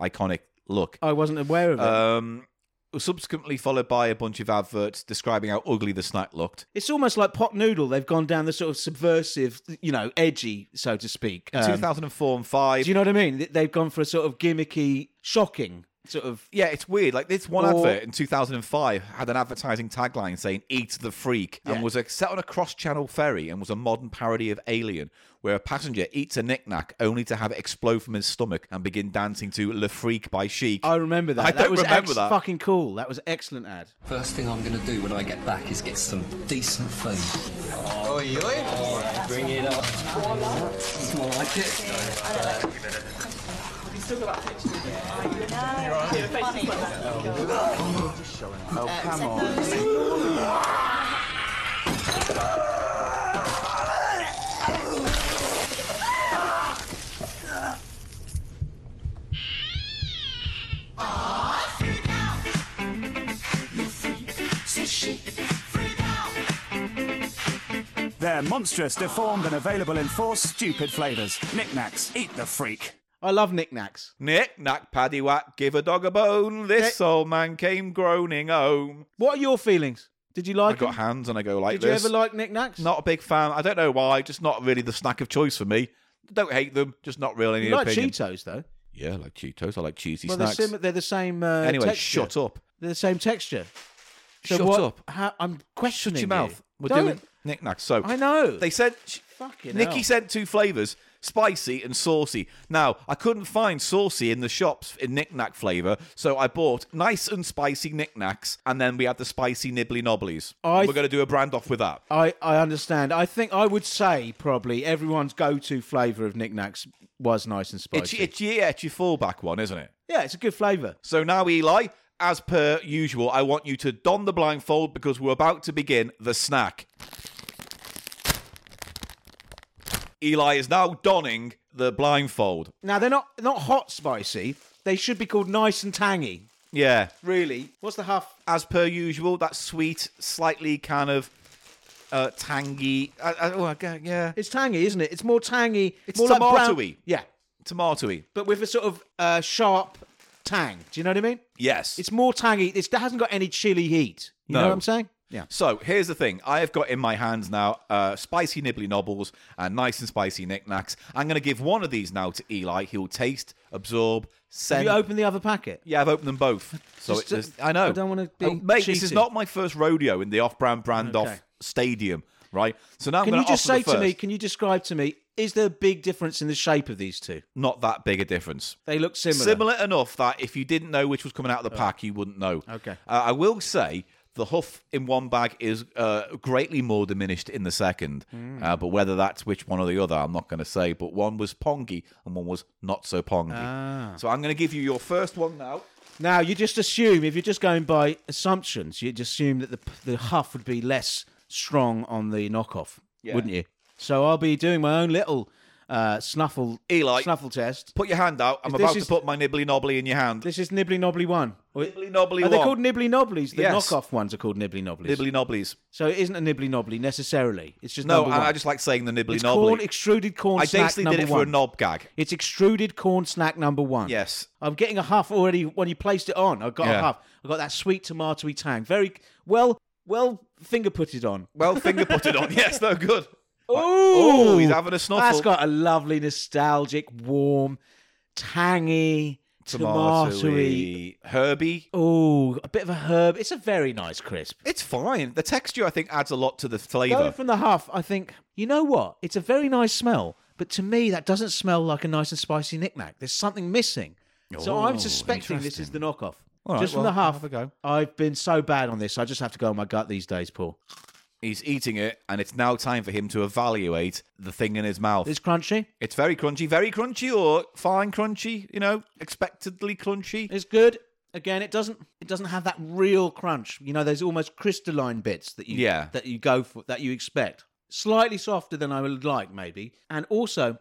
iconic look.
I wasn't aware of it.
Um, was subsequently followed by a bunch of adverts describing how ugly the snack looked.
it's almost like pop noodle. They've gone down the sort of subversive, you know, edgy, so to speak. Um,
2004 and 5.
do you know what I mean? Th- They've gone for a sort of gimmicky, shocking sort of.
yeah, it's weird. Like this one
Or-
advert in 2005 had an advertising tagline saying "Eat the freak" and was a, set on a cross-channel ferry and was a modern parody of Alien, where a passenger eats a knick-knack only to have it explode from his stomach and begin dancing to "Le Freak" by Chic.
I remember that.
I
that
don't
was
remember
ex-
that.
Fucking cool. That was excellent ad.
First thing I'm gonna do when I get back is get some decent food. Oi, oi. Bring it up. Do I like it?
They're monstrous, deformed, and available in four stupid flavours. Knickknacks, eat the freak.
I love knickknacks.
Nick, knack, paddy whack, give a dog a bone. This old man came groaning home.
What are your feelings? Did you like
I got
them?
hands and I go like
Did
this.
you ever like knickknacks?
not a big fan. I don't know why. Just not really the snack of choice for me. Don't hate them. Just not really any
You like
opinion.
Cheetos though.
Yeah, I like Cheetos. I like cheesy
Well, they're,
snacks.
sim- they're the same. Uh,
anyway,
texture.
shut up.
They're the same texture. So
shut
what-
up.
How, I'm questioning
Shut your
you.
mouth. We're
Don't-
doing knickknacks. So
I know.
they said sh-
Fucking
Nikki
hell.
sent two flavors, spicy and saucy. Now I couldn't find saucy in the shops in knickknack flavor, so I bought nice and spicy knickknacks, and then we had the spicy nibbly nobblies.
I-
We're going to do a brand off with that.
I, I understand. I think I would say probably everyone's go-to flavor of knickknacks was nice and
It's,
spicy.
it's yeah, it's your fallback one, isn't it?
yeah, it's a good flavor.
So now, Eli, as per usual, I want you to don the blindfold because we're about to begin the snack. Eli is now donning the blindfold.
Now they're not not hot spicy. They should be called nice and tangy.
Yeah.
Really? What's the huff?
As per usual, that sweet, slightly kind of uh, tangy. Uh, uh, oh, I get- yeah.
It's tangy, isn't it? It's more tangy.
It's
more like brown-
tomatoey.
yeah,
Tomatoey.
but with a sort of uh, sharp tang. Do you know what I mean?
Yes.
It's more tangy. It's, it hasn't got any chili heat. You know
No.
what I'm saying? Yeah.
So here's the thing. I have got in my hands now uh, spicy nibbly nobbles and nice and spicy knickknacks. I'm going to give one of these now to Eli. He'll taste, absorb,
Have
send.
you open the other packet?
yeah, I've opened them both. So it's
Just, uh,
just, I know. Oh,
I don't wanna be
mate, this is
cheating.
not my first rodeo in the off-brand brand
Okay.
off stadium, right? So now I'm
Can
going
you just say
the first.
to me, can you describe to me, is there a big difference in the shape of these two?
not that big a difference.
They look similar.
Similar enough that if you didn't know which was coming out of the pack, you wouldn't know.
Okay.
Uh, I will say the huff in one bag is uh, greatly more diminished in the second.
Hmm.
Uh, but whether that's which one or the other, I'm not going to say. But one was pongy and one was not so pongy.
Ah.
So I'm going to give you your first one now.
Now, you just assume, if you're just going by assumptions, you'd assume that the, the huff would be less strong on the knockoff, wouldn't you? So I'll be doing my own little uh, snuffle
Eli.
snuffle test.
Put your hand out. I'm
This
about
is-
to put my nibbly knobbly in your hand.
This is Nibbly Knobbly One. Or-
Nibbly knobbly
Are they
one.
called Nibbly Knobblies? The
Yes.
knockoff ones are called Nibbly Knobblies.
nibbly knobblies?
So it isn't a Nibbly Knobbly necessarily. It's just
No,
number
and
one.
I just like saying the nibbly
it's called
knobbly.
extruded corn
I
snack
basically
number
did it
one.
for a knob gag.
It's extruded corn snack number one.
Yes.
I'm getting a huff already when you placed it on. I got a
Yeah.
huff. I got that sweet tomatoey tang. Very well, well finger putted on.
Well, finger putted on. Yes, no good.
Oh,
he's having a snuffle.
That's got a lovely, nostalgic, warm, tangy, tomatoey.
Tomatoey, herby.
Oh, a bit of a herb. It's a very nice crisp.
It's fine. The texture I think adds a lot to the
Going
flavour.
from the huff, I think you know what? It's a very nice smell, but to me, that doesn't smell like a nice and spicy knickknack. There's something missing. So I'm suspecting this is the knockoff.
Oh, right,
just from
well,
the huff,
have a go.
I've been so bad on this. I just have to go on my gut these days, Paul.
He's eating it, and it's now time for him to evaluate the thing in his mouth.
It's crunchy.
It's very crunchy, very crunchy, or fine crunchy. You know, expectedly crunchy.
It's good. Again, it doesn't it doesn't have that real crunch. You know, those almost crystalline bits that you
Yeah.
that you go for that you expect. Slightly softer than I would like, maybe, and also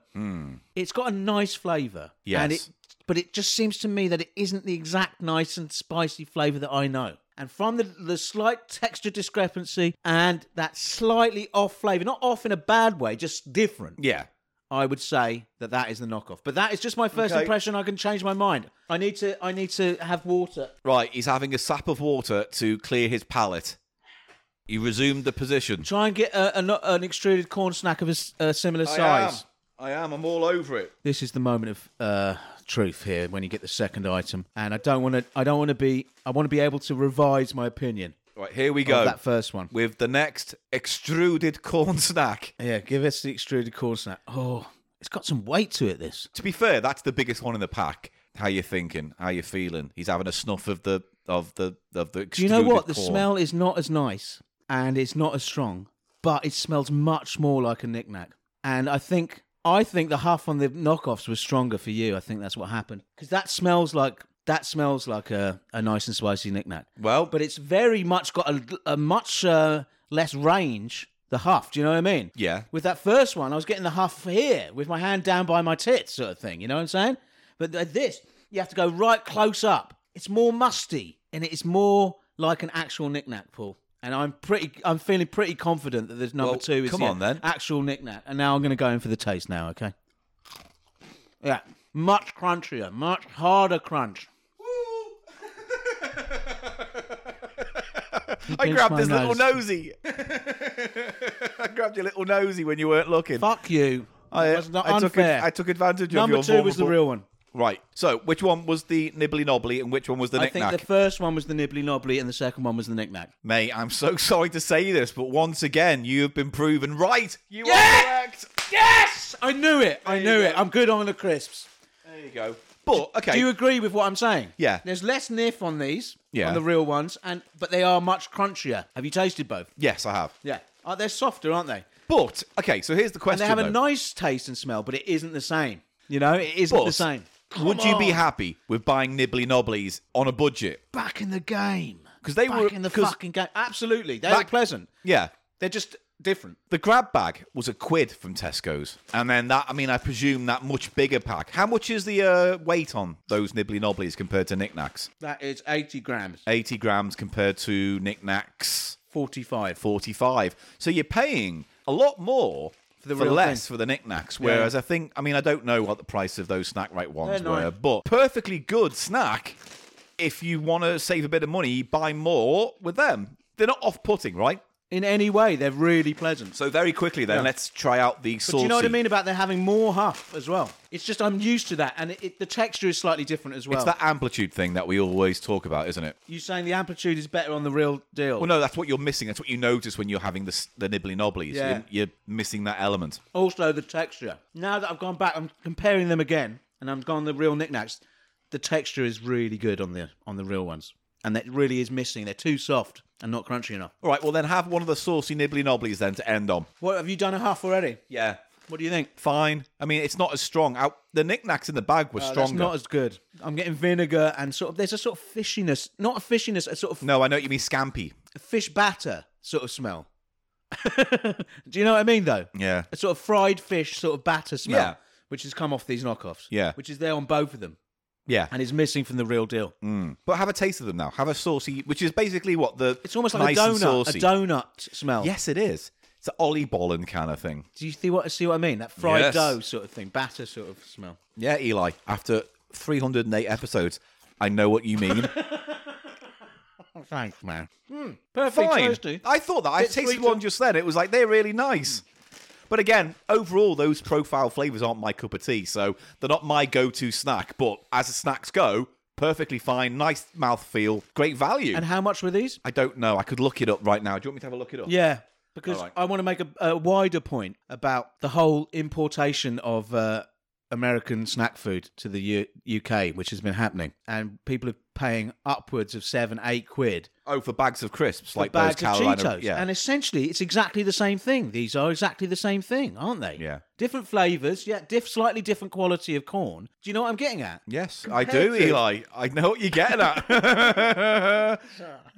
it's got a nice flavour. and
Hmm. Yes.
it, but it just seems to me that it isn't the exact nice and spicy flavour that I know. And from the the slight texture discrepancy and that slightly off flavour, not off in a bad way, just different.
Yeah.
I would say that that is the knockoff. But that is just my first
Okay.
impression. I can change my mind. I need to. I need to have water.
Right. He's having a sap of water to clear his palate. He resumed the position.
Try and get a, a no- an extruded corn snack of a, s- a similar size.
I am. I'm all over it.
This is the moment of uh, truth here when you get the second item, and I don't want to. I don't want to be. I want to be able to revise my opinion
Right. Here we
of
go.
Oh, that first one.
With the next extruded corn snack.
Yeah, give us the extruded corn snack. Oh, it's got some weight to it. This.
To be fair, that's the biggest one in the pack. How you thinking? How you feeling? He's having a snuff of the of the of the.
Do you know what? The
extruded corn.
smell is not as nice and it's not as strong, but it smells much more like a knickknack. And I think I think the huff on the knockoffs was stronger for you. I think that's what happened because that smells like that smells like a, a nice and spicy knickknack.
Well,
But it's very much got a, a much uh, less range. The huff, do you know what I mean?
Yeah.
With that first one, I was getting the huff here with my hand down by my tits, sort of thing. You know what I'm saying? But th- this, you have to go right close up. It's more musty, and it is more like an actual knick-knack, Paul. And I'm pretty, I'm feeling pretty confident that there's number
Well,
two is
come
the
on then.
actual knick-knack. And now I'm going to go in for the taste now. Okay. Yeah, much crunchier, much harder crunch.
I
pinched
grabbed
my
his little
nose.
nosy. I grabbed your little nosy when you weren't looking.
Fuck you.
I,
That's not
I, took,
unfair.
I took advantage
number
of
two
your
was the
vulnerable-
real one.
Right. So, which one was the nibbly knobbly and which one was the
I
knick
think
knack?
the first one was the nibbly knobbly, and the second one was the knick-knack.
Mate, I'm so sorry to say this, but once again, you have been proven right. You are correct.
Yes, I knew it. I knew
you
it.
go.
I'm good on the crisps.
There you go. But okay,
Do you agree with what I'm saying?
Yeah.
There's less niff on these,
Yeah.
on the real ones, and but they are much crunchier. Have you tasted both?
yes, I have.
Yeah. Uh, they're softer, aren't they?
But okay, so here's the
And
question:
they have a
though.
nice taste and smell, but it isn't the same. You know, it isn't the
But-
same.
Would you be happy with buying nibbly knobblies on a budget?
Back in the game.
'Cause they
Back
were-
in the
'cause-
fucking game. Absolutely. They were
Back-
pleasant.
Yeah.
They're just different.
The grab bag was a quid from Tesco's, and then that—I mean, I presume that much bigger pack. How much is the uh, weight on those nibbly knobblies compared to knickknacks?
That is 80 grams,
Eighty grams compared to knickknacks.
45.
45. So you're paying a lot more for,
the real
less
thing.
for the knickknacks. Whereas I think, I mean, I don't know what the price of those snack right ones
They're
were,
nice.
but perfectly good snack. If you want to save a bit of money, buy more with them. They're not off putting, right?
In any way, they're really pleasant.
So very quickly then,
Yeah.
let's try out the
But do
saucy.
you know what I mean about them having more huff as well? It's just I'm used to that, and it, it, the texture is slightly different as well.
It's that amplitude thing that we always talk about, isn't it?
you saying the amplitude is better on the real deal.
Well, no, that's what you're missing. That's what you notice when you're having the, s- the nibbly knobblies.
Yeah.
You're, you're missing that element.
Also the texture. Now that I've gone back, I'm comparing them again, and I'm gone the real knickknacks. The texture is really good on the on the real ones, and that really is missing. They're too soft and not crunchy enough.
All right, well, then have one of the saucy nibbly knobblies then to end on.
What have you done a huff already?
Yeah.
What do you think?
fine. I mean, it's not as strong. Out the knickknacks in the bag were
Uh, that's
stronger.
not as good. I'm getting vinegar and sort of there's a sort of fishiness, not a fishiness, a sort of
no, I know what you mean scampi.
fish batter sort of smell. Do you know what I mean, though?
Yeah.
A sort of fried fish sort of batter smell,
Yeah.
which has come off these knockoffs.
Yeah.
Which is there on both of them
Yeah.
and is missing from the real deal.
Mm. But have a taste of them now. Have a saucy, which is basically what the.
It's almost like
nice
a
and
donut, a
saucy.
donut smell.
Yes, it is. It's an Ollie Bollen kind of thing.
Do you see what, see what I mean? That fried
Yes.
dough sort of thing, batter sort of smell.
Yeah, Eli. After 308 episodes, I know what you mean.
Thanks, man. perfect
Fine.
toasty.
I thought that. I
Bit
tasted
sweeter.
one just then. It was like they're really nice. But again, overall, those profile flavors aren't my cup of tea, so they're not my go-to snack. But as the snacks go, perfectly fine, nice mouthfeel, great value.
And how much were these?
I don't know. I could look it up right now. Do you want me to have a look it up?
Yeah, because
Alright.
I want to make a, a wider point about the whole importation of uh, American snack food to the U- UK, which has been happening, and people are paying upwards of seven, eight quid
Oh, for bags of crisps,
for
like
bags
those Carolina.
of Cheetos,
Yeah.
and essentially it's exactly the same thing. These are exactly the same thing, aren't they?
Yeah.
different flavors, yeah, diff- slightly different quality of corn. Do you know what I'm getting at?
yes, I do,
compared to-
Eli. I know what you're getting at.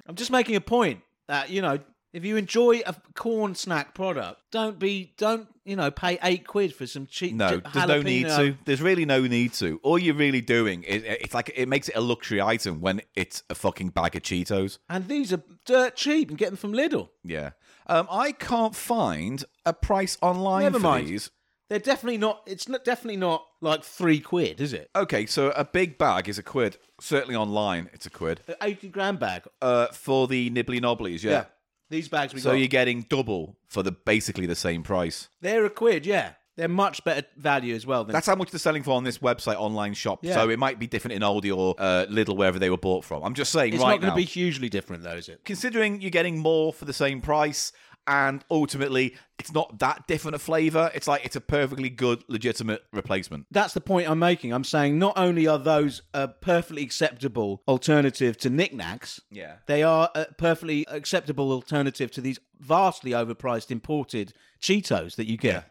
I'm just making a point that you know if you enjoy a corn snack product, don't be don't you know pay eight quid for some cheap
No,
j-
there's no need
jalapeno.
to. There's really no need to. All you're really doing is it's like it makes it a luxury item when it's a fucking bag of Cheetos.
And these are dirt cheap and get them from Lidl.
Yeah. Um, I can't find a price online
Never
for
mind.
these.
They're definitely not. It's not, definitely not like three quid, is it?
Okay, so a big bag is a quid. Certainly online, it's a quid.
An eighty grand bag.
Uh, for the nibbly nobblies, yeah.
These bags we
So
got.
you're getting double for the basically the same price.
They're a quid. Yeah, they're much better value as well. Than
That's how much they're selling for on this website online shop.
Yeah.
So it might be different in Aldi or uh, Lidl, wherever they were bought from. I'm just saying
it's
right
not going
now.
to be hugely different, though, is it?
considering you're getting more for the same price and ultimately it's not that different a flavor it's like it's a perfectly good legitimate replacement
That's the point I'm making. I'm saying not only are those a perfectly acceptable alternative to knickknacks,
Yeah.
they are a perfectly acceptable alternative to these vastly overpriced imported Cheetos that you get.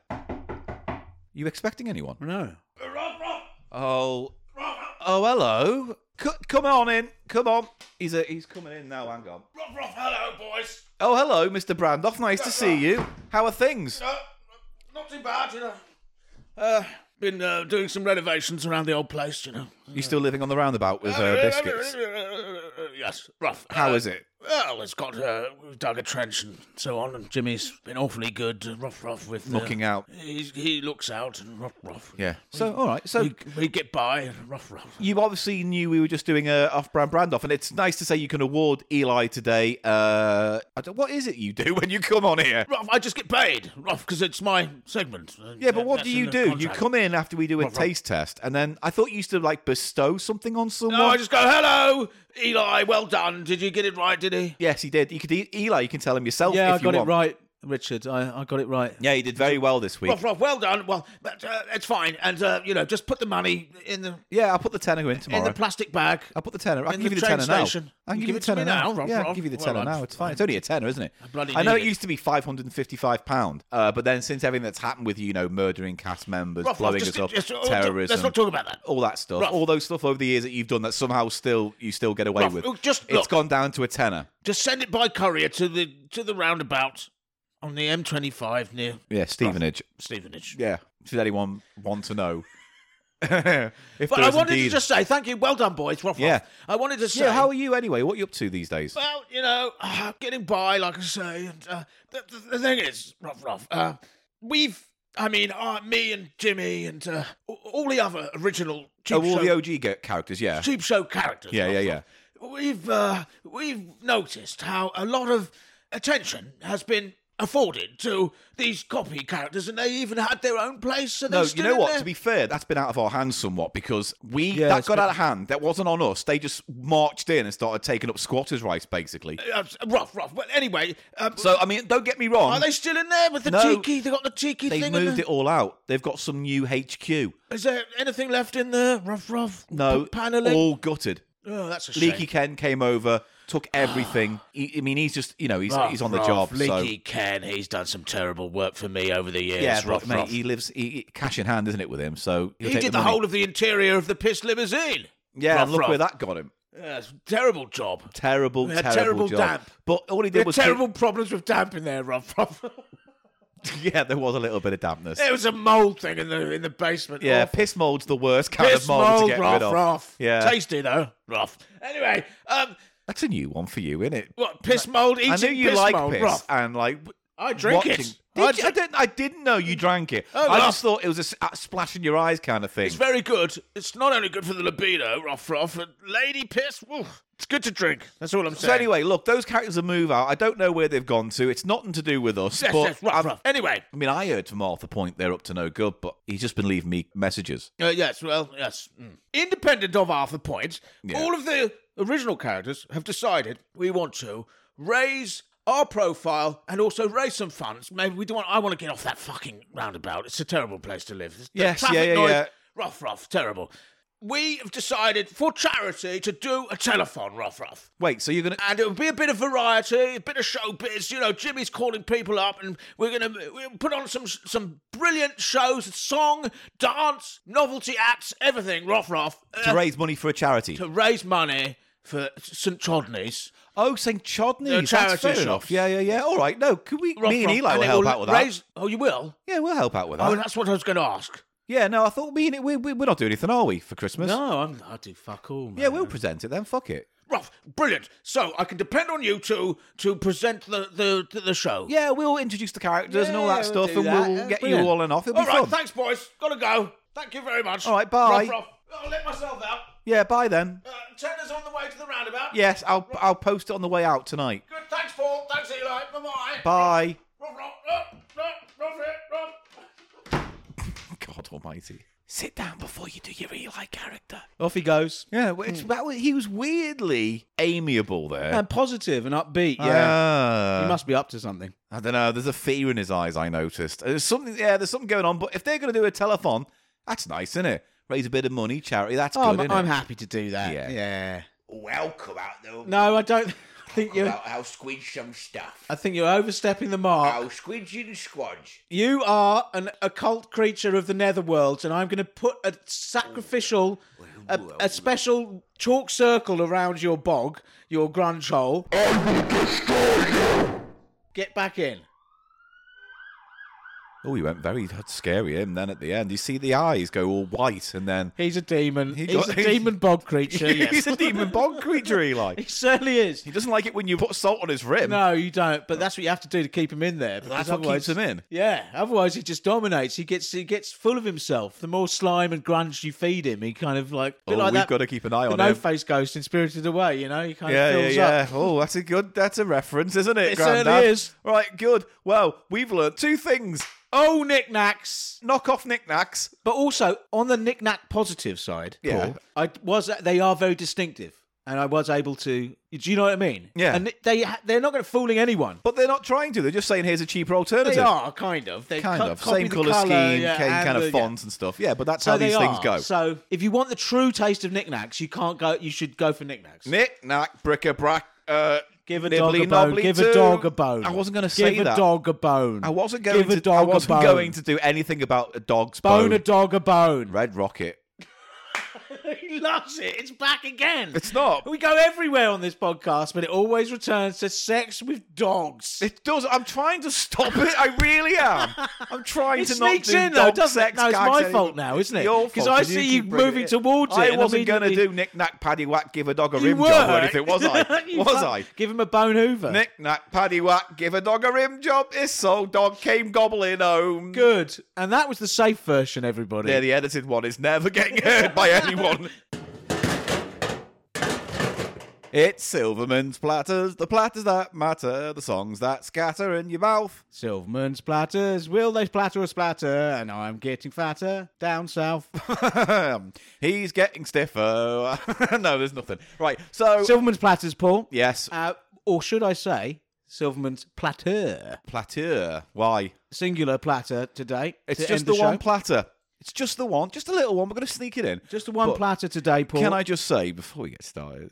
you expecting anyone
No.
oh oh hello C- come on in come on he's a, he's coming in now hang on
Ruff, ruff, hello, boys.
oh hello mr brandoff nice to see you how are things
Uh, not too bad, you know. Uh, been uh, doing some renovations around the old place, you know.
you still living on the roundabout with uh, biscuits
Yes, rough.
how is it
Well, it's got uh, we've dug a trench and so on, and Jimmy's been awfully good, uh, rough, rough with uh,
Looking out.
He's, he looks out and rough, rough.
yeah so all right so
we, we get by, rough, rough.
you obviously knew we were just doing a off-brand brand off, and it's nice to say you can award Eli today. Uh, I don't, what is it you do when you come on here?
Rough, I just get paid, rough, because it's my segment. Uh,
Yeah, but
that-
what
that's
do
in
you
the
do? You
contract.
come in after we do a
Rob, Rob.
taste test, and then I thought you used to like bestow something on someone.
No, I just go, hello, Eli, well done. Did you get it right, did he?
Yes, he did. You could e- Eli. You can tell him yourself.
Yeah, I
if you
got it
want.
right, Richard. I, I got it right.
Yeah, he did very well this week.
Rough, rough, well done. Well, but uh, it's fine. And, uh, you know, just put the money in the
Yeah, I'll put the tenner in tomorrow.
in the plastic bag.
I'll put the tenner. I
in
can
the
give you the
train
tenner now.
station.
I can
You
give
give
you the tenner
it to me
now.
now, Rob,
yeah, I can
Rob.
give you the
Well,
tenner
I'm-
now. It's fine. It's only a tenner, isn't it?
bloody
I know
need
it
it.
used to be five hundred and fifty-five pound, uh, but then since everything that's happened with you know murdering cast members,
Rough, rough,
blowing
just-
us up,
just- oh,
terrorism,
let's not talk about that.
all that stuff,
Rough.
all those stuff over the years that you've done that somehow still you still get away
Rough,
with.
look, just
it's
look.
gone down to a tenner.
Just send it by courier to the to the roundabout on the M25 near
Yeah, Stevenage.
Stevenage.
Yeah. Should anyone want to know? if
But
there
I
is
wanted
indeed-
to just say thank you. Well done, boys. Rough,
Yeah.
rough. I wanted to say.
Yeah, how are you anyway? What are you up to these days?
Well, you know, getting by, like I say. And uh, the, the, the thing is, rough, rough. Uh, we've, I mean, uh, me and Jimmy and uh, all the other original cheap
Oh, all
show,
the OG get characters, yeah.
cheap show characters.
Yeah,
Rough,
yeah,
Rough,
yeah.
we've uh, we've noticed how a lot of attention has been afforded to these copy characters, and they even had their own place. And
No,
they
you
stood
know
in
what?
There.
To be fair, that's been out of our hands somewhat because we that
it's
got
been-
out of hand. That wasn't on us. They just marched in and started taking up squatters' rights, basically.
Uh, rough, rough. But anyway, um,
So I mean, don't get me wrong.
are they still in there with the
No.
cheeky? They got the cheeky
They've
thing.
moved
in
it all out. They've got some new HQ.
there. Is there anything left in there? Rough, rough.
No,
P- paneling.
all gutted.
Oh, that's a
Leaky
shame. Ah.
Ken came over, took everything. he, I mean, he's just you know he's
Rough,
he's on the
rough.
job. so.
Leaky Ken, he's done some terrible work for me over the years.
Yeah,
rough,
but mate,
rough.
he lives he, he- cash in hand, isn't it, with him? So he'll
He
take
did
the,
the, whole of the interior of the piss limousine.
yeah.
rough,
and look
rough.
where that got him.
Yes, terrible job.
Terrible,
We had
terrible,
terrible
job.
damp.
But all he
We
did
had
was
terrible problems with damp in there, Rob.
yeah, there was a little bit of dampness.
there was a mold thing in the in the basement.
Yeah,
Awful.
piss mold's the worst
Oh,
kind
piss
of mold,
mold,
to get
Rob,
rid of.
Rob.
Yeah,
Tasty though, Rob. Anyway, um,
that's a new one for you, isn't it?
what piss mold? Eating
I knew you
piss
like
mold,
piss,
Rob.
and like w-
I drink
watching.
it. I
Did you? I, didn't, I didn't know you drank it.
Oh,
I
no.
just thought it was a s- a splash in your eyes kind of thing.
It's very good. It's not only good for the libido, rough, rough, and lady piss. woo, it's good to drink. That's all I'm saying.
So anyway, look, those characters are move out. I don't know where they've gone to. It's nothing to do with us.
yes,
but
yes, rough,
I've-
rough. Anyway,
I mean, I heard from Arthur Point they're up to no good, but he's just been leaving me messages.
uh, yes, well, yes. mm. Independent of Arthur Point,
Yeah.
all of the original characters have decided we want to raise our profile and also raise some funds. Maybe we don't want. I want to get off that fucking roundabout. It's a terrible place to live. The
Yes,
traffic
yeah, yeah,
noise,
yeah.
Rough, rough, terrible. We have decided for charity to do a telephone, rough, rough.
Wait, so you're gonna?
and it'll be a bit of variety, a bit of showbiz. You know, Jimmy's calling people up, and we're gonna we'll put on some some brilliant shows, song, dance, novelty acts, everything. Roff roff
To
uh,
raise money for a charity.
to raise money for St Chodney's.
oh, St. Chodney.
Uh,
That's
charity
fair
shops.
enough. Yeah, yeah, yeah. All right. No, could we?
Roff,
me and
roff,
Eli will
it
help out with
raise, Oh, you will?
that. Yeah, we'll help out with that.
Oh, that's what I was going to ask.
Yeah, no, I thought me and it, we, we, we're not doing anything, are we, for Christmas?
No, I'm, I do fuck all, man.
Yeah, we'll present it then. Fuck it.
Roff, brilliant. So I can depend on you two to present the the, the, the show.
Yeah, we'll introduce the characters and all that
we'll
stuff,
do
and
that.
we'll
That's
get
brilliant.
you all in off. It'll
All
be
right,
fun.
thanks, boys. Gotta go. Thank you very much.
All right, bye.
Roff, roff. I'll let myself out.
Yeah, bye then.
Uh, Tender's on the way to the roundabout.
Yes, I'll I'll post it on the way out tonight.
Good. Thanks, Paul. Thanks, Eli. Bye bye.
Bye. God Almighty.
Sit down before you do your Eli character.
Off he goes.
Yeah, well, it's that, was- he was weirdly amiable there.
And positive and upbeat, Um, yeah.
yeah,
he must be up to something.
I don't know. There's a fear in his eyes. I noticed. Uh, There's something. Yeah, there's something going on. But if they're going to do a telethon, that's nice, isn't it? Raise a bit of money, charity. That's
Oh,
good.
I'm,
innit?
I'm happy to do that.
Yeah.
Yeah.
Welcome out though.
No, I don't I think you're
About how squidge some stuff.
I think you're overstepping the mark.
How squidge and squadge.
You are an occult creature of the netherworld, and I'm going to put a sacrificial, a, a special chalk circle around your bog, your grunge hole. Get back in.
Oh, he went very scary him then at the end. You see the eyes go all white and then
He's a demon.
He
He's
got-
a demon bog creature.
he's
yes.
a demon bog creature, Eli.
he certainly is.
He doesn't like it when you put salt on his rim.
No, you don't. But that's what you have to do to keep him in there. because
That's what
otherwise-
keeps him in.
Yeah, otherwise he just dominates. He gets he gets full of himself. The more slime and grunge you feed him, he kind of like. a
Oh,
bit like
we've
that-
got to keep an eye
the
on
no
him.
face ghost in Spirited Away. You know, he kind
yeah,
of
yeah,
fills
yeah.
up.
Oh, that's a good. That's a reference, isn't it?
It
Grandad?
certainly is.
Right, good. Well, we've learnt two things:
Oh, knickknacks!
knock off knickknacks.
But also on the knickknack positive side,
Yeah.
Paul, I was they are very distinctive, and I was able to. Do you know what I mean?
Yeah.
And they they're not going to fooling anyone.
But they're not trying to. They're just saying here's a cheaper alternative.
They are kind of. They
kind
co-
of
copy
same
the
colour, scheme,
yeah,
same
and
kind
the-
of
yeah.
fonts and stuff. Yeah, but that's
So
how
they
these things
are.
go.
So if you want the true taste of knickknacks, you can't go. You should go for knickknacks.
Knick knack, bric a brac. Uh,
Give a
nibbly
dog a bone.
knobbly
Give
too.
a dog a bone.
I wasn't going to
Give
say
a
that.
dog a bone.
I wasn't going
Give a
to.
dog
I
a
wasn't
bone.
going to do anything about a dog's
bone,
bone.
a dog a bone.
Red Rocket.
he loves it. It's back again.
It's not.
We go everywhere on this podcast, but it always returns to sex with dogs.
It does. I'm trying to stop it. I really am. I'm trying
It
to not
sneaks
do
in though,
dog
doesn't
sex
it? No, it's
gags
my
anymore.
fault now, isn't it?
Your
'Cause
fault,
I
'cause
see
keep
you
bringing
moving
it.
towards it
I
and
wasn't going to
immediately-
do knick knack paddy whack give a dog a
You
rim
were.
job. Or if it was I,
You
was
fuck-
I?
Give him a bone hoover.
Knick knack paddy whack give a dog a rim job. This old dog came gobbling home.
Good. And that was the safe version, everybody.
Yeah, the edited one is never getting heard by anyone. It's Silverman's platters, the platters that matter, the songs that scatter in your mouth.
Silverman splatters. Will they splatter or splatter? And I'm getting fatter. Down south.
He's getting stiffer. no, there's nothing. Right, so
Silverman splatters, Paul.
yes,
Uh, or should I say, Silverman's platter.
platter. Why?
Singular platter today.
It's
to
just
end
the,
the,
one
show.
platter. It's just the one, just a little one. We're going to sneak it in.
Just the one
But
platter today, Paul.
Can I just say before we get started,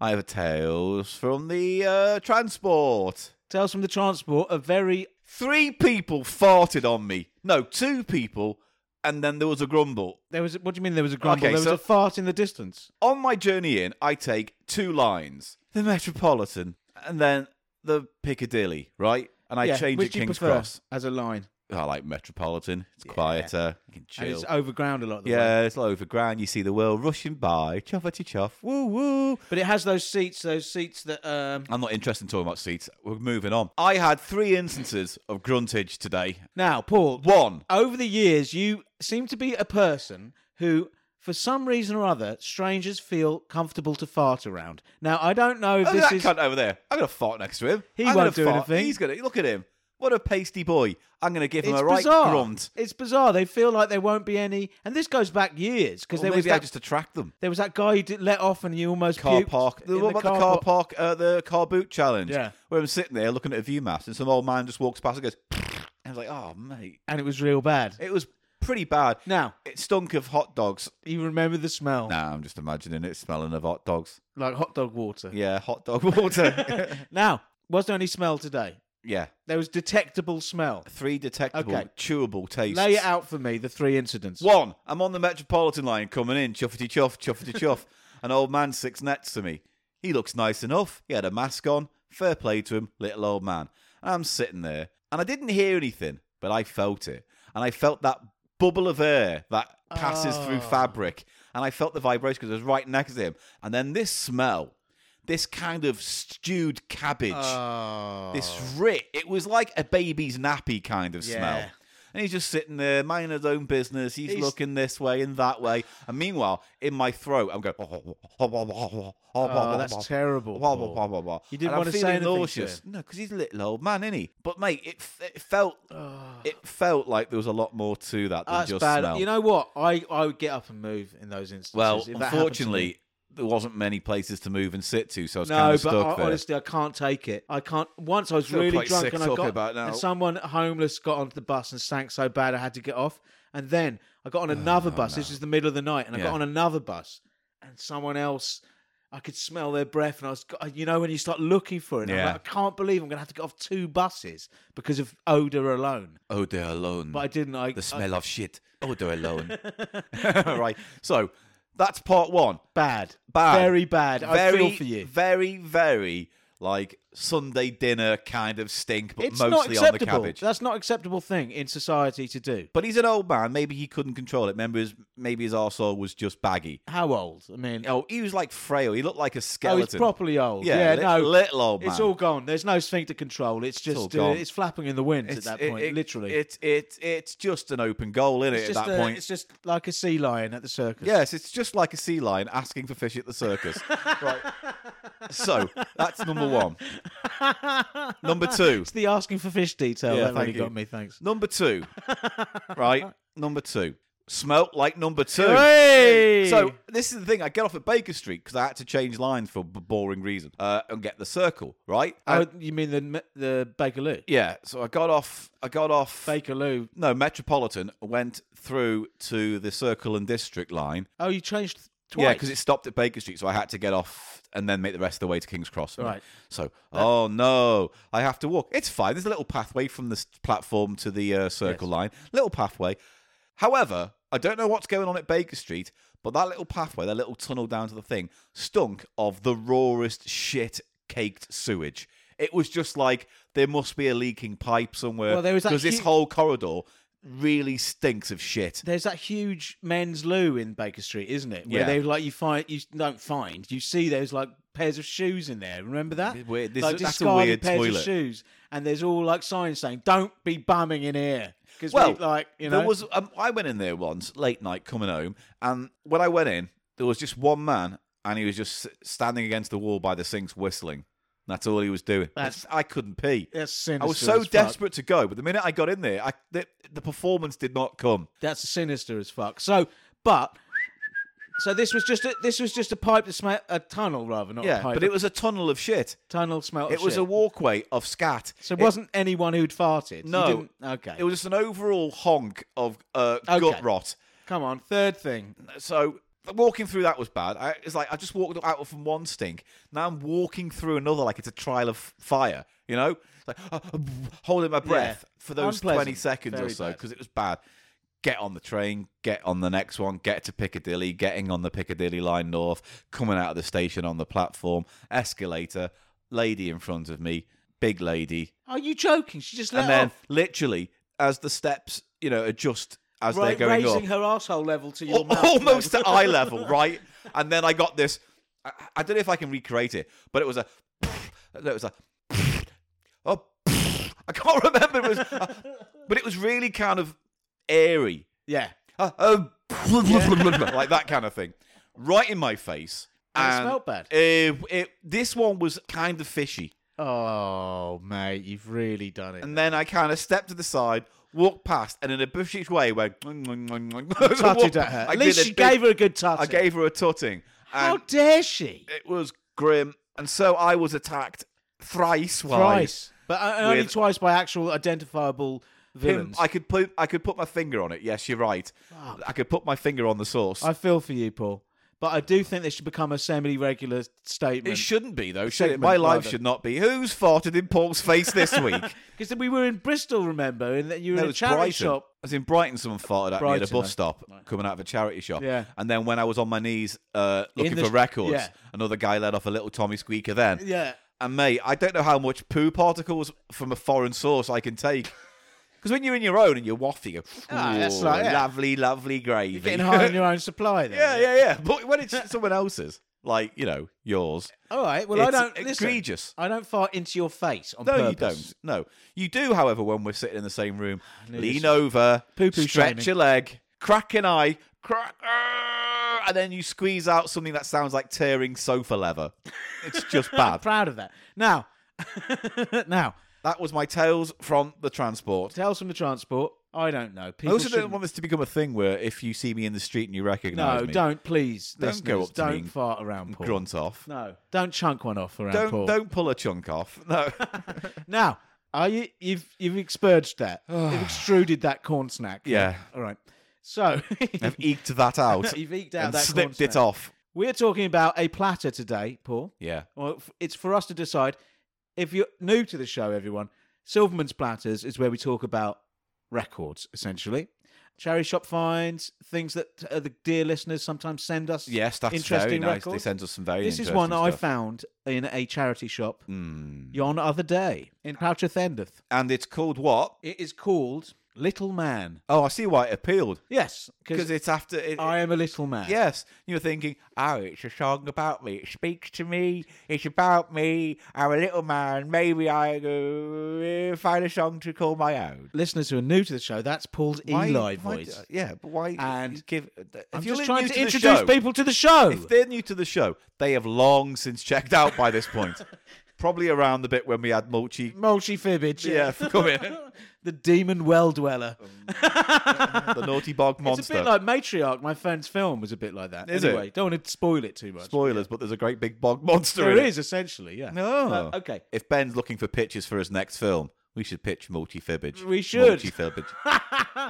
I have a tales from the uh, transport.
Tales from the Transport, a very
Three people farted on me. No, two people and then there was a grumble.
There was. What do you mean there was a grumble?
Okay,
there was
so-
a fart in the distance.
On my journey in, I take two lines the Metropolitan and then the Piccadilly, right? And I
Yeah,
change
which
at
do you
King's
prefer
Cross.
as a line.
I like Metropolitan. It's quieter. You can
And
chill.
it's overground a lot. Of the way.
yeah, it's all over ground. You see the world rushing by. Chuffety chuff. Woo woo.
But it has those seats. Those seats that. Um...
I'm not interested in talking about seats. We're moving on. I had three instances of gruntage today.
Now, Paul.
One.
Over the years, you seem to be a person who, for some reason or other, strangers feel comfortable to fart around. Now, I don't know if
Look at
this
Oh, that
is.
cunt over there. I'm gonna fart next to him.
He
I'm
won't
gonna
do
fart.
anything.
He's gonna look at him. What a pasty boy. I'm gonna give him
It's
a right
bizarre.
grunt.
It's bizarre. They feel like there won't be any, and this goes back years because
Or
there
maybe
was
I
that,
just attract them.
there was that guy who did let off and you almost
Car
puked
park. The,
in
what about the car park? Uh, the car boot challenge.
Yeah.
Where I'm sitting there looking at a view map, and some old man just walks past and goes. I was like, oh mate,
and it was real bad.
it was pretty bad.
Now
It stunk of hot dogs.
you remember the smell
Nah, I'm just imagining it smelling of hot dogs.
like hot dog water.
Yeah, hot dog water.
Now was there any smell today?
yeah,
There was detectable smell.
three detectable,
Okay.
chewable tastes.
Lay it out for me. The three incidents.
One, I'm on the Metropolitan line coming in, chuffety chuff, chuffety chuff. An old man sits next to me. He looks nice enough. He had a mask on. Fair play to him, little old man. I'm sitting there, and I didn't hear anything, but I felt it. And I felt that bubble of air that passes through fabric. And I felt the vibration because I was right next to him. And then this smell, this kind of stewed cabbage,
Oh. Ah.
this writ, it was like a baby's nappy kind of smell.
Yeah.
And he's just sitting there, minding his own business. He's,
He's-
looking this way and that way. And meanwhile, in my throat, I'm going. Oh,
that's terrible, Paul. You didn't want to say anything to him.
No, because he's a little old man, isn't he? But mate, it, f- it felt it felt like there was a lot more to that than
That's
just
bad.
smell.
You know what? I, I would get up and move in those instances.
well,
if that happened to me.
unfortunately, there wasn't many places to move and sit to, so I was
No,
kind
but
of stuck
I,
there.
honestly, I can't take it. I can't. Once I was
Feel
really
quite
drunk,
sick
and I
talking
got
about it now.
and someone homeless got onto the bus and stank so bad I had to get off. And then I got on another bus. This is the middle of the night, and
Ah,
I
Yeah.
got on another bus, and someone else. I could smell their breath, and I was, you know, when you start looking for it, and I'm
Yeah.
like, I can't believe I'm going to have to get off two buses because of odor alone.
oh, they're alone.
But I didn't. I
the
I-
smell of shit. Oh, they're alone. right. So that's part one.
bad,
Bad.
very bad. I feel for you.
Very, very like Sunday dinner kind of stink, but
It's not
mostly on the
acceptable.
cabbage.
That's not acceptable thing in society to do.
But he's an old man. Maybe he couldn't control it. Maybe his, maybe his arsehole was just baggy.
How old? I mean,
Oh, he was like frail. He looked like a
Oh,
skeleton.
it's properly old.
Yeah,
Yeah,
li-
no,
little old
It's
man.
all gone. There's no sphincter control. It's
all
just uh,
gone.
it's flapping in the wind
It's-
at that
it-
point,
it-
literally.
It's it, it's just an open goal, isn't
it's
it,
just
at that
a-
point?
it's just like a sea lion at the circus.
Yes, it's just like a sea lion asking for fish at the circus. right. So that's number one. number two.
It's the asking for fish detail
Yeah,
that really
thank you.
got me. Thanks.
Number two. right. Number two. Smelt like number two.
Hooray!
So this is the thing. I get off at Baker Street because I had to change lines for b- boring reason uh, and get the circle right.
Oh,
And-
you mean the the Bakerloo?
yeah. So I got off. I got off.
Bakerloo.
no, Metropolitan went through to the Circle and District line.
Oh, you changed th- twice.
Yeah, because it stopped at Baker Street, so I had to get off and then make the rest of the way to King's Cross.
Right.
So, oh no, I have to walk. It's fine. There's a little pathway from this platform to the uh, Circle Line. Little pathway. However, I don't know what's going on at Baker Street, but that little pathway, that little tunnel down to the thing, stunk of the rawest shit caked sewage. It was just like there must be a leaking pipe somewhere.
Well, there was that
because this
hu-
whole corridor really stinks of shit.
There's that huge men's loo in Baker Street, isn't it? Where
Yeah.
they like you find you don't find you see those like pairs of shoes in there. Remember that?
It's weird. This-
like
that's a
discarded
weird
pairs of
toilet.
shoes, and there's all like signs saying "Don't be bumming in here" because
Well,
like you know
there was. Um, I went in there once, late night, coming home, and when I went in, there was just one man, and he was just s- standing against the wall by the sinks, whistling. That's all he was doing.
That's-
I couldn't pee.
that's sinister.
I was
as
so
fuck.
desperate to go, but the minute I got in there, I, the, the performance did not come.
That's sinister as fuck. So, but so this was just a this was just a pipe to smell a tunnel rather not a
Yeah,
pipe.
but
a
it was a tunnel of shit.
tunnel smell.
It was a walkway of scat.
So it wasn't anyone who'd farted. You
no.
didn't- okay.
It was just an overall honk of uh,
Okay.
gut rot.
Come on. Third thing.
so walking through that was bad. I, it's like I just walked out from one stink. Now I'm walking through another like it's a trial of fire. You know, It's like uh, holding my breath for those
Unpleasant.
twenty seconds
Very
or so
bad.
because it was bad. get on the train, get on the next one, get to Piccadilly, getting on the Piccadilly line north, coming out of the station on the platform, escalator, lady in front of me, big lady,
Are you joking? She just let
and then
off.
literally as the steps, you know, adjust as
Right,
they're going up,
raising her asshole level to your
al-
mouth.
almost at eye level, right? And then I got this. I, I don't know if I can recreate it, but it was a. no, It was a. Oh, I can't remember. It was, uh, but it was really kind of airy,
Yeah.
Uh, uh, like that kind of thing, right in my face.
And it smelled bad.
It, it, this one was kind of fishy.
Oh, mate, you've really done it.
And then I kind of stepped to the side, walked past, and in a bushy way went.
tutted
Tutted
at her. At least she gave her a good tutting.
I gave her a tutting.
How
And
dare she?
it was grim. And so I was attacked thrice
Twice,
wise.
but uh, only
With-
twice by actual identifiable
Him-
villains.
I could put I could put my finger on it. Yes, you're right. I could put my finger on the source.
I feel for you, Paul, but I do think this should become a semi-regular
it
statement
shouldn't be though, should it?
Segment
My life
rather.
should not be. Who's farted in Paul's face this week?
because we were in Bristol, remember, and that you were
No,
in
it
a
was
charity
Brighton.
shop.
I was in Brighton. Someone farted at me at
Brighton,
a bus
I-
stop coming out of a charity shop.
Yeah.
And then when I was on my knees uh, looking
the
for
sh-
records,
yeah.
another guy let off a little Tommy Squeaker. Then.
Yeah,
And mate, I don't know how much poo particles from a foreign source I can take. Because when you're in your own and you're waffy, you go,
Ah, that's
"Ooh,
like- yeah.
lovely, lovely gravy.
getting high on your own supply. Then.
yeah, yeah, yeah. But when it's someone else's, like you know, yours,
All right. Well, I
It's
don't. listen,
egregious.
I don't fart into your face on
No, you
purpose.
don't. No, you do. However, when we're sitting in the same room, lean
this-
over,
Poo-poo
stretch
shaming.
your leg, crack an eye, crack, ah, and then you squeeze out something that sounds like tearing sofa leather. It's just bad.
Proud of that. Now, now,
that was my tales from the transport.
tales from the transport. I don't know.
I
People
also don't
shouldn't-
want this to become a thing where if you see me in the street and you recognise
No,
me,
don't please.
Don't
listeners,
go up to
Don't
me and
fart around Paul.
grunt off.
No, don't chunk one off around
don't
Paul.
don't pull a chunk off. No.
Now, are you? You've you've expurged that. you've extruded that corn snack.
Yeah.
All right. So
I've eked that out.
You've eked out
and
that corn
snipped it
snack.
off.
we're talking about a platter today, Paul.
Yeah.
Well, f- it's for us to decide. If you're new to the show, everyone, Silverman's Platters is where we talk about records, essentially. Cherry shop finds, things that uh, the dear listeners sometimes send us.
Yes, that's
interesting
very nice.
records.
They send us some very
This is
interesting
one I
stuff.
found in a charity shop
Mm.
yon other day in Croucheth Endeth.
And it's called what?
It is called Little Man.
Oh, I see why it appealed.
Yes,
Because
because
it's after. It,
I am a little man.
yes. You're thinking, oh, it's a song about me. It speaks to me. It's about me. I'm a little man. Maybe I uh, find a song to call my own.
Listeners who are new to the show, that's Paul's
Why-
Eli
why
voice.
do- yeah, but why?
And
give.
I'm
you're
just
new
trying to,
the
introduce
show-
people to the show.
If they're new to the show, they have long since checked out by this point. Probably around the bit when we had Mulchy.
Mulchy Fibbage.
Yeah, come in.
the demon well dweller.
the naughty bog monster.
It's a bit like Matriarch. My friend's film was a bit like that.
Is
anyway,
it?
don't want to spoil it too much.
Spoilers, but there's a great big bog monster
There
in
is essentially, yeah.
No.
Uh, okay.
If Ben's looking for pitches for his next film, we should pitch Multi Fibbage.
We should.
Multi Fibbage.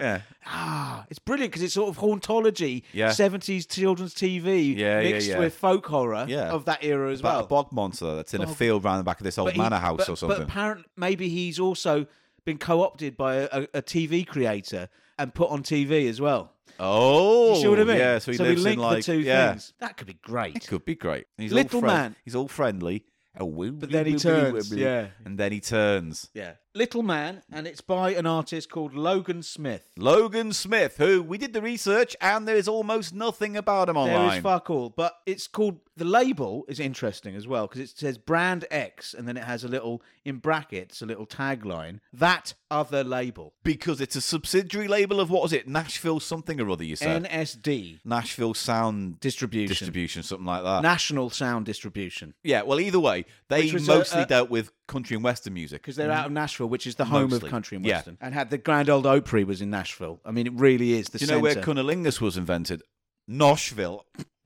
yeah.
Ah, it's brilliant because it's sort of hauntology,
Yeah.
seventies children's TV
Yeah, yeah,
mixed
yeah.
with folk horror
Yeah.
of that era as
About
well.
a bog monster that's in a field round the back of this old
But he-
manor house
but-
or something.
But apparently, maybe he's also been co-opted by a, a, a TV creator and put on TV as well.
oh,
you see what I mean?
yeah. So he
we
lives
link
in like
the two
yeah.
things. That could be great.
Could be great. And He's
Little
all friend-
man.
He's all friendly. Oh, woo,
But then he turns, yeah.
And then he turns.
Yeah. Little Man, and it's by an artist called Logan Smith.
Logan Smith, who we did the research, and there is almost nothing about him online.
There is fuck all, but it's called the label is interesting as well because it says brand X, and then it has a little in brackets, a little tagline that other label
because it's a subsidiary label of what was it? Nashville something or other. You said
NSD
Nashville Sound
distribution,
Distribution, something like that.
National Sound Distribution,
Yeah, well, either way, they
Which was a-
mostly
a-
dealt with country and western music.
because they're out of Nashville, which is the home
Mostly,
of country and
yeah.
western, and had the grand old Opry was in Nashville. I mean, it really is the
Do you know where
centre.
cunnilingus was invented? Noshville.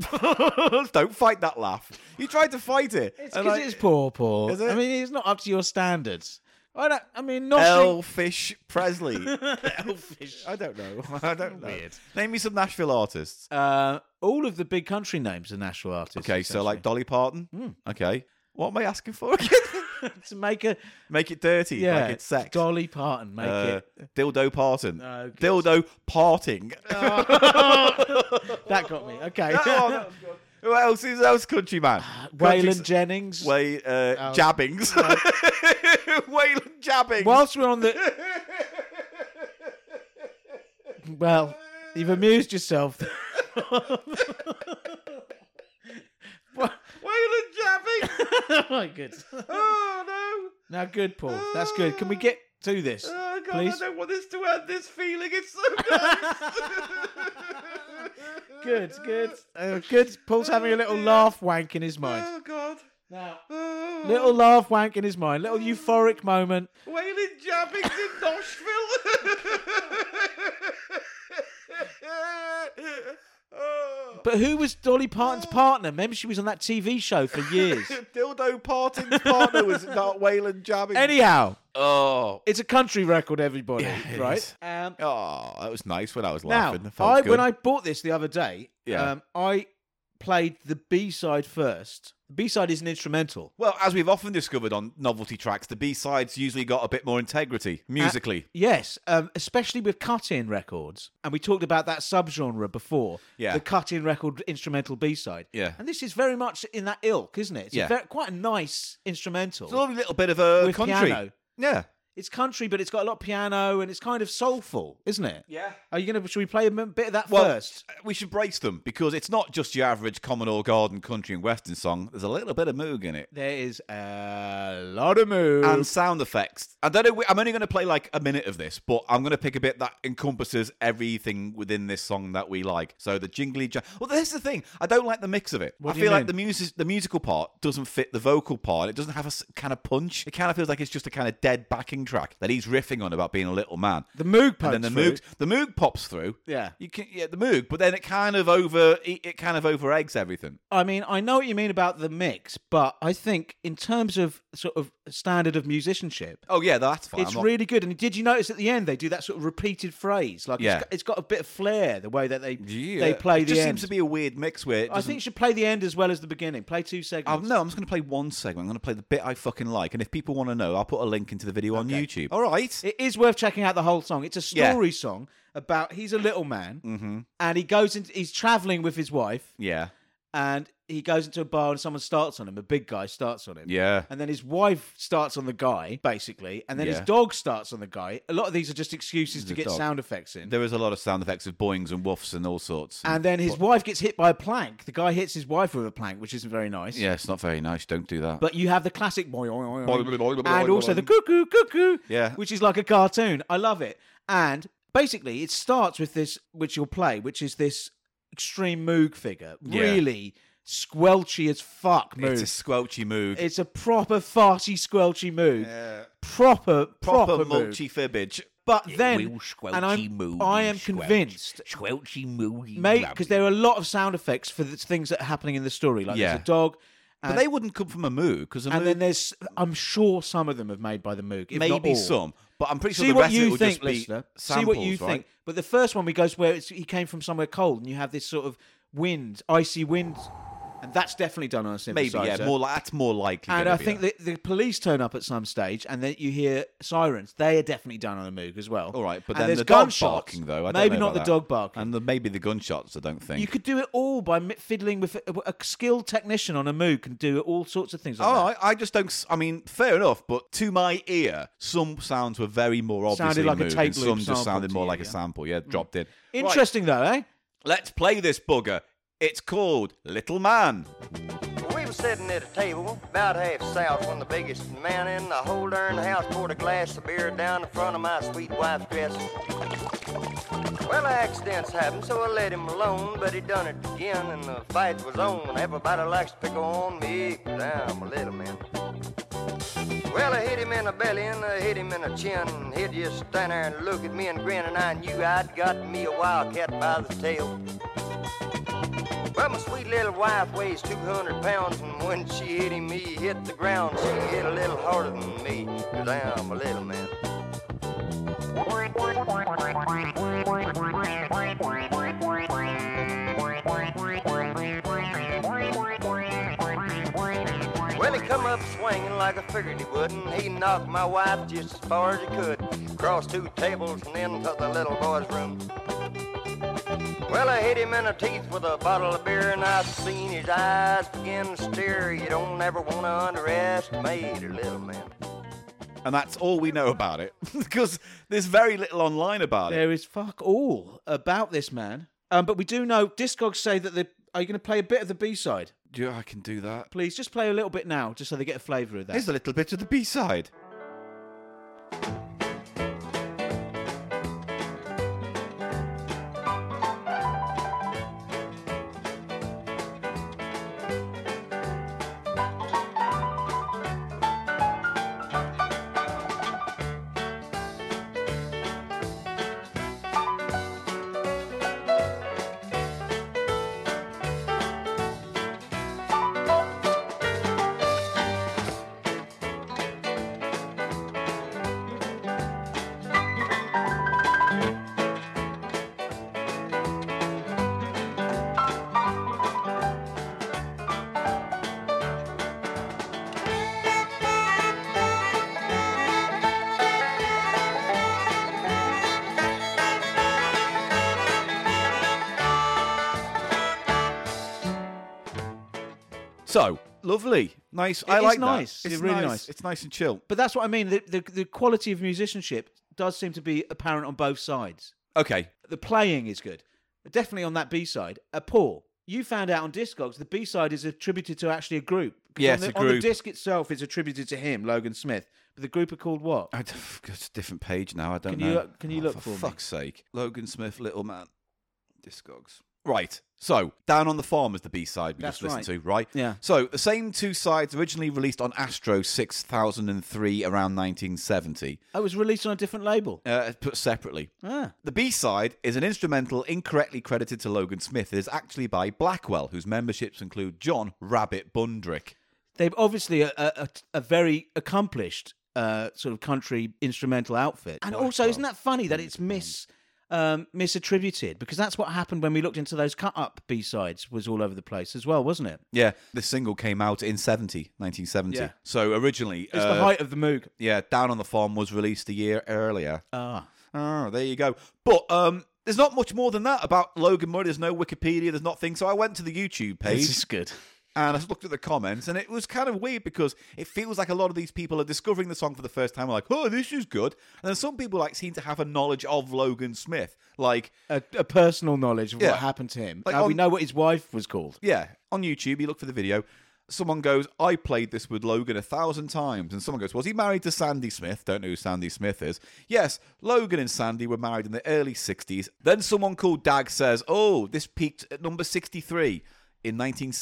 Don't fight that laugh. You tried to fight it.
It's
and
because
I-
it's poor, poor.
Is it?
I mean, it's not up to your standards. I don't. I mean, not
Elfish Presley.
Elfish.
I don't know. I don't know. Name me some Nashville artists.
Uh, all of the big country names are national artists. Hmm.
okay, so like Dolly Parton. Okay. What am I asking for again?
to make a
make it dirty,
yeah,
like it's sex.
Dolly Parton, make
Uh,
it.
dildo parting.
No, good.
dildo parting.
Oh, That got me. Okay.
Oh, that was good. Who else is else country man?
Uh, Waylon Jennings.
Way
Oh.
uh, jabbings. Waylon jabbings.
Whilst we're on the. well, you've amused yourself.
Waylon jabbings.
My goodness.
oh
Now, good, Paul. That's good. Can we get to this?
Oh, God,
Please.
I don't want this to add this feeling. It's so good.
Good, good. Uh, good. Paul's having a little laugh wank in his mind.
oh God.
Now,
Oh, Mm.
little laugh wank in his mind. Little euphoric moment.
Waylon jabbings in Nashville. oh.
But who was Dolly Parton's partner? Remember, she was on that TV show for years.
Dildo Parting's partner was not Waylon jabbings.
Anyhow,
oh.
it's a country record, everybody.
it
right?
is.
Um,
Oh, that was nice when I was
now,
laughing. That felt
I,
good.
when I bought this the other day,
Yeah.
um, I played the B side first. The B side is an instrumental.
Well, as we've often discovered on novelty tracks, the B sides usually got a bit more integrity musically.
Yes, um, especially with cut-in records, and we talked about that subgenre before.
Yeah.
the cut-in record instrumental B-side.
Yeah.
and this is very much in that ilk, isn't it? It's a
Yeah.
ver- quite a nice instrumental
It's a lovely little bit of a
with
country.
piano.
Yeah.
It's country, but it's got a lot of piano, and it's kind of soulful, isn't it?
Yeah.
Are you gonna? Should we play a m- bit of that
Well,
first?
Uh, we should brace them because it's not just your average common or garden country and western song. There's a little bit of moog in it
There is a lot of mood.
and sound effects. I don't know. I'm only going to play like a minute of this, but I'm going to pick a bit that encompasses everything within this song that we like. So the jingly. Ja- well, that's the thing. I don't like the mix of it.
What
I
do
feel
you
like
mean?
the music, the musical part doesn't fit the vocal part. It doesn't have a s- kind of punch. It kind of feels like it's just a kind of dead backing track that he's riffing on about being a little man.
the mood
and
pokes
then the
through.
moog, the moog pops through.
Yeah.
you can yeah the moog, but then it kind of over it, it kind of over eggs everything.
I mean, I know what you mean about the mix, but I think in terms of sort of standard of musicianship,
Oh yeah, that's fine.
It's
I'm not-
really good. And did you notice at the end they do that sort of repeated phrase? Like,
Yeah.
it's, got, it's got a bit of flair the way that they
Yeah.
they play
It
the
just
end.
seems to be a weird mix where it
I
doesn't-
think you should play the end as well as the beginning. Play two segments.
Oh, no, I'm just going to play one segment. I'm going to play the bit I fucking like, and if people want to know, I'll put a link into the video on YouTube. All right.
It is worth checking out the whole song. It's a
Yeah. Mm-hmm.
story song about he's a little man and he goes into he's traveling with his wife
yeah.
and he goes into a bar and someone starts on him. A big guy starts on him.
Yeah.
And then his wife starts on the guy, basically, and then
Yeah.
his dog starts on the guy. A lot of these are just excuses to get
dog.
sound effects in.
There is a lot of sound effects of boings and woofs and all sorts.
And then his wife gets hit by a plank. The guy hits his wife with a plank, which isn't very nice.
yeah, it's not very nice. Don't do that.
But you have the classic boy,
boing,
and
boing,
also
boing.
the cuckoo, cuckoo,
Yeah.
which is like a cartoon. I love it. And basically, it starts with this, which you'll play, which is this extreme moog figure,
Yeah.
really squelchy as fuck moog.
it's a squelchy moog.
It's a proper farty squelchy moog. Proper, proper,
proper
moog.
mulchy fibbage.
But
Will
then,
squelchy
and I'm,
moody
I am
squelch.
convinced
Squelchy mooey.
mate, because there are a lot of sound effects for the things that are happening in the story. Like
Yeah.
there's a dog,
But
and,
they wouldn't come from a moog because a
and
moog
then there's. I'm sure some of them have made by the Moog. if not
maybe
all.
some, but I'm pretty sure
See
the
what
rest of it
you
would
think,
just be
listener.
samples,
See what you
right?
think. But the first one we goes where it's, he came from somewhere cold, and you have this sort of wind, icy wind, and that's definitely done on a synthesizer.
Maybe yeah, more li- that's more likely.
And
gonna
I
be
think
that.
that the police turn up at some stage, and then you hear sirens. They are definitely done on a Moog as well.
all right, but
and
then
there's
the dog
gunshots.
barking though. I don't
maybe
know
not
about
the
that.
dog barking.
and the, maybe the gunshots. I don't think.
You could do it all by mi- fiddling with a, a skilled technician on a Moog can do all sorts of things. Like
All
that.
right, Oh, I just don't. s- I mean, fair enough, but to my ear, some sounds were very more obviously
Sounded like a
moved,
tape
and
loop
some just
sample
sounded
to
more
you,
like a
yeah. Mm.
sample. Yeah, dropped in.
Interesting though, eh?
Let's play this bugger. It's called Little Man.
We was sitting at a table, about half south, when the biggest man in the whole darn house poured a glass of beer down in front of my sweet wife's dresser. Well, accidents happen, so I let him alone, but he done it again, and the fight was on. Everybody likes to pick on me, 'cause I'm a little man. Well, I hit him in the belly and I hit him in the chin. and He just stand there and look at me and grin, and I knew I'd got me a wildcat by the tail. Well, my sweet little wife weighs 200 pounds, and when she hit him, he hit the ground. She hit a little harder than me, cause I'm a little man. Well, he come up like I figured he would, and he knocked my wife just as far as he could, across two tables and into the little boy's room. Well, I hit him in the teeth with a bottle of beer, and I seen his eyes begin to stare. You don't ever want to underestimate a little man.
And that's all we know about it because there's very little online about it.
There is fuck all about this man. Um, but we do know Discogs say that the are you going to play a bit of the B side?
Yeah, I can do that.
Please just play a little bit now, just so they get a flavour of that.
Here's a little bit of the B side. So lovely, nice. I
is
like
nice.
that.
It's really nice.
It's nice and chill.
But that's what I mean. The, the the quality of musicianship does seem to be apparent on both sides.
Okay,
The playing is good, definitely on that B side. Uh, Paul, you found out on Discogs the B side is attributed to actually a group. 'Cause
Yes,
on the,
a
on the
group.
disc itself is attributed to him, Logan Smith. But the group are called what?
I d- it's a different page now. I don't
Can you
know. Oh,
look- can you look
for,
for me?
fuck's sake? Logan Smith, Little Man, Discogs. Right. So down on the farm is the B side we
That's
just listened
right.
to, right?
Yeah.
So the same two sides originally released on Astro 6003 around 1970,
I Oh, was released on a different label.
uh, put separately.
Ah,
The B side is an instrumental incorrectly credited to Logan Smith. It is actually by Blackwell, whose memberships include John Rabbit Bundrick.
they've obviously a, a, a- a very accomplished uh, sort of country instrumental outfit. And also, isn't that funny that it's mis um, misattributed? Because that's what happened when we looked into those cut up B sides was all over the place as well, wasn't it?
Yeah, this single came out in 70, 1970.
Yeah.
So originally,
It's
uh,
the height of the Moog.
Yeah, Down on the Farm was released a year earlier.
Ah,
Oh, there you go. But um, there's not much more than that about Logan Murray. There's no Wikipedia. There's nothing. So I went to the YouTube page
this is good.
and I just looked at the comments, and it was kind of weird because it feels like a lot of these people are discovering the song for the first time. Like, oh, this is good. And then some people like seem to have a knowledge of Logan Smith. Like,
A, a personal knowledge of
Yeah.
what happened to him.
Like
Uh, we
on-
know what his wife was called.
Yeah, on YouTube, you look for the video. Someone goes, I played this with Logan a thousand times. And someone goes, Was he married to Sandy Smith? Don't know who Sandy Smith is. Yes, Logan and Sandy were married in the early 60s. Then someone called Dag says, Oh, this peaked at number 63 in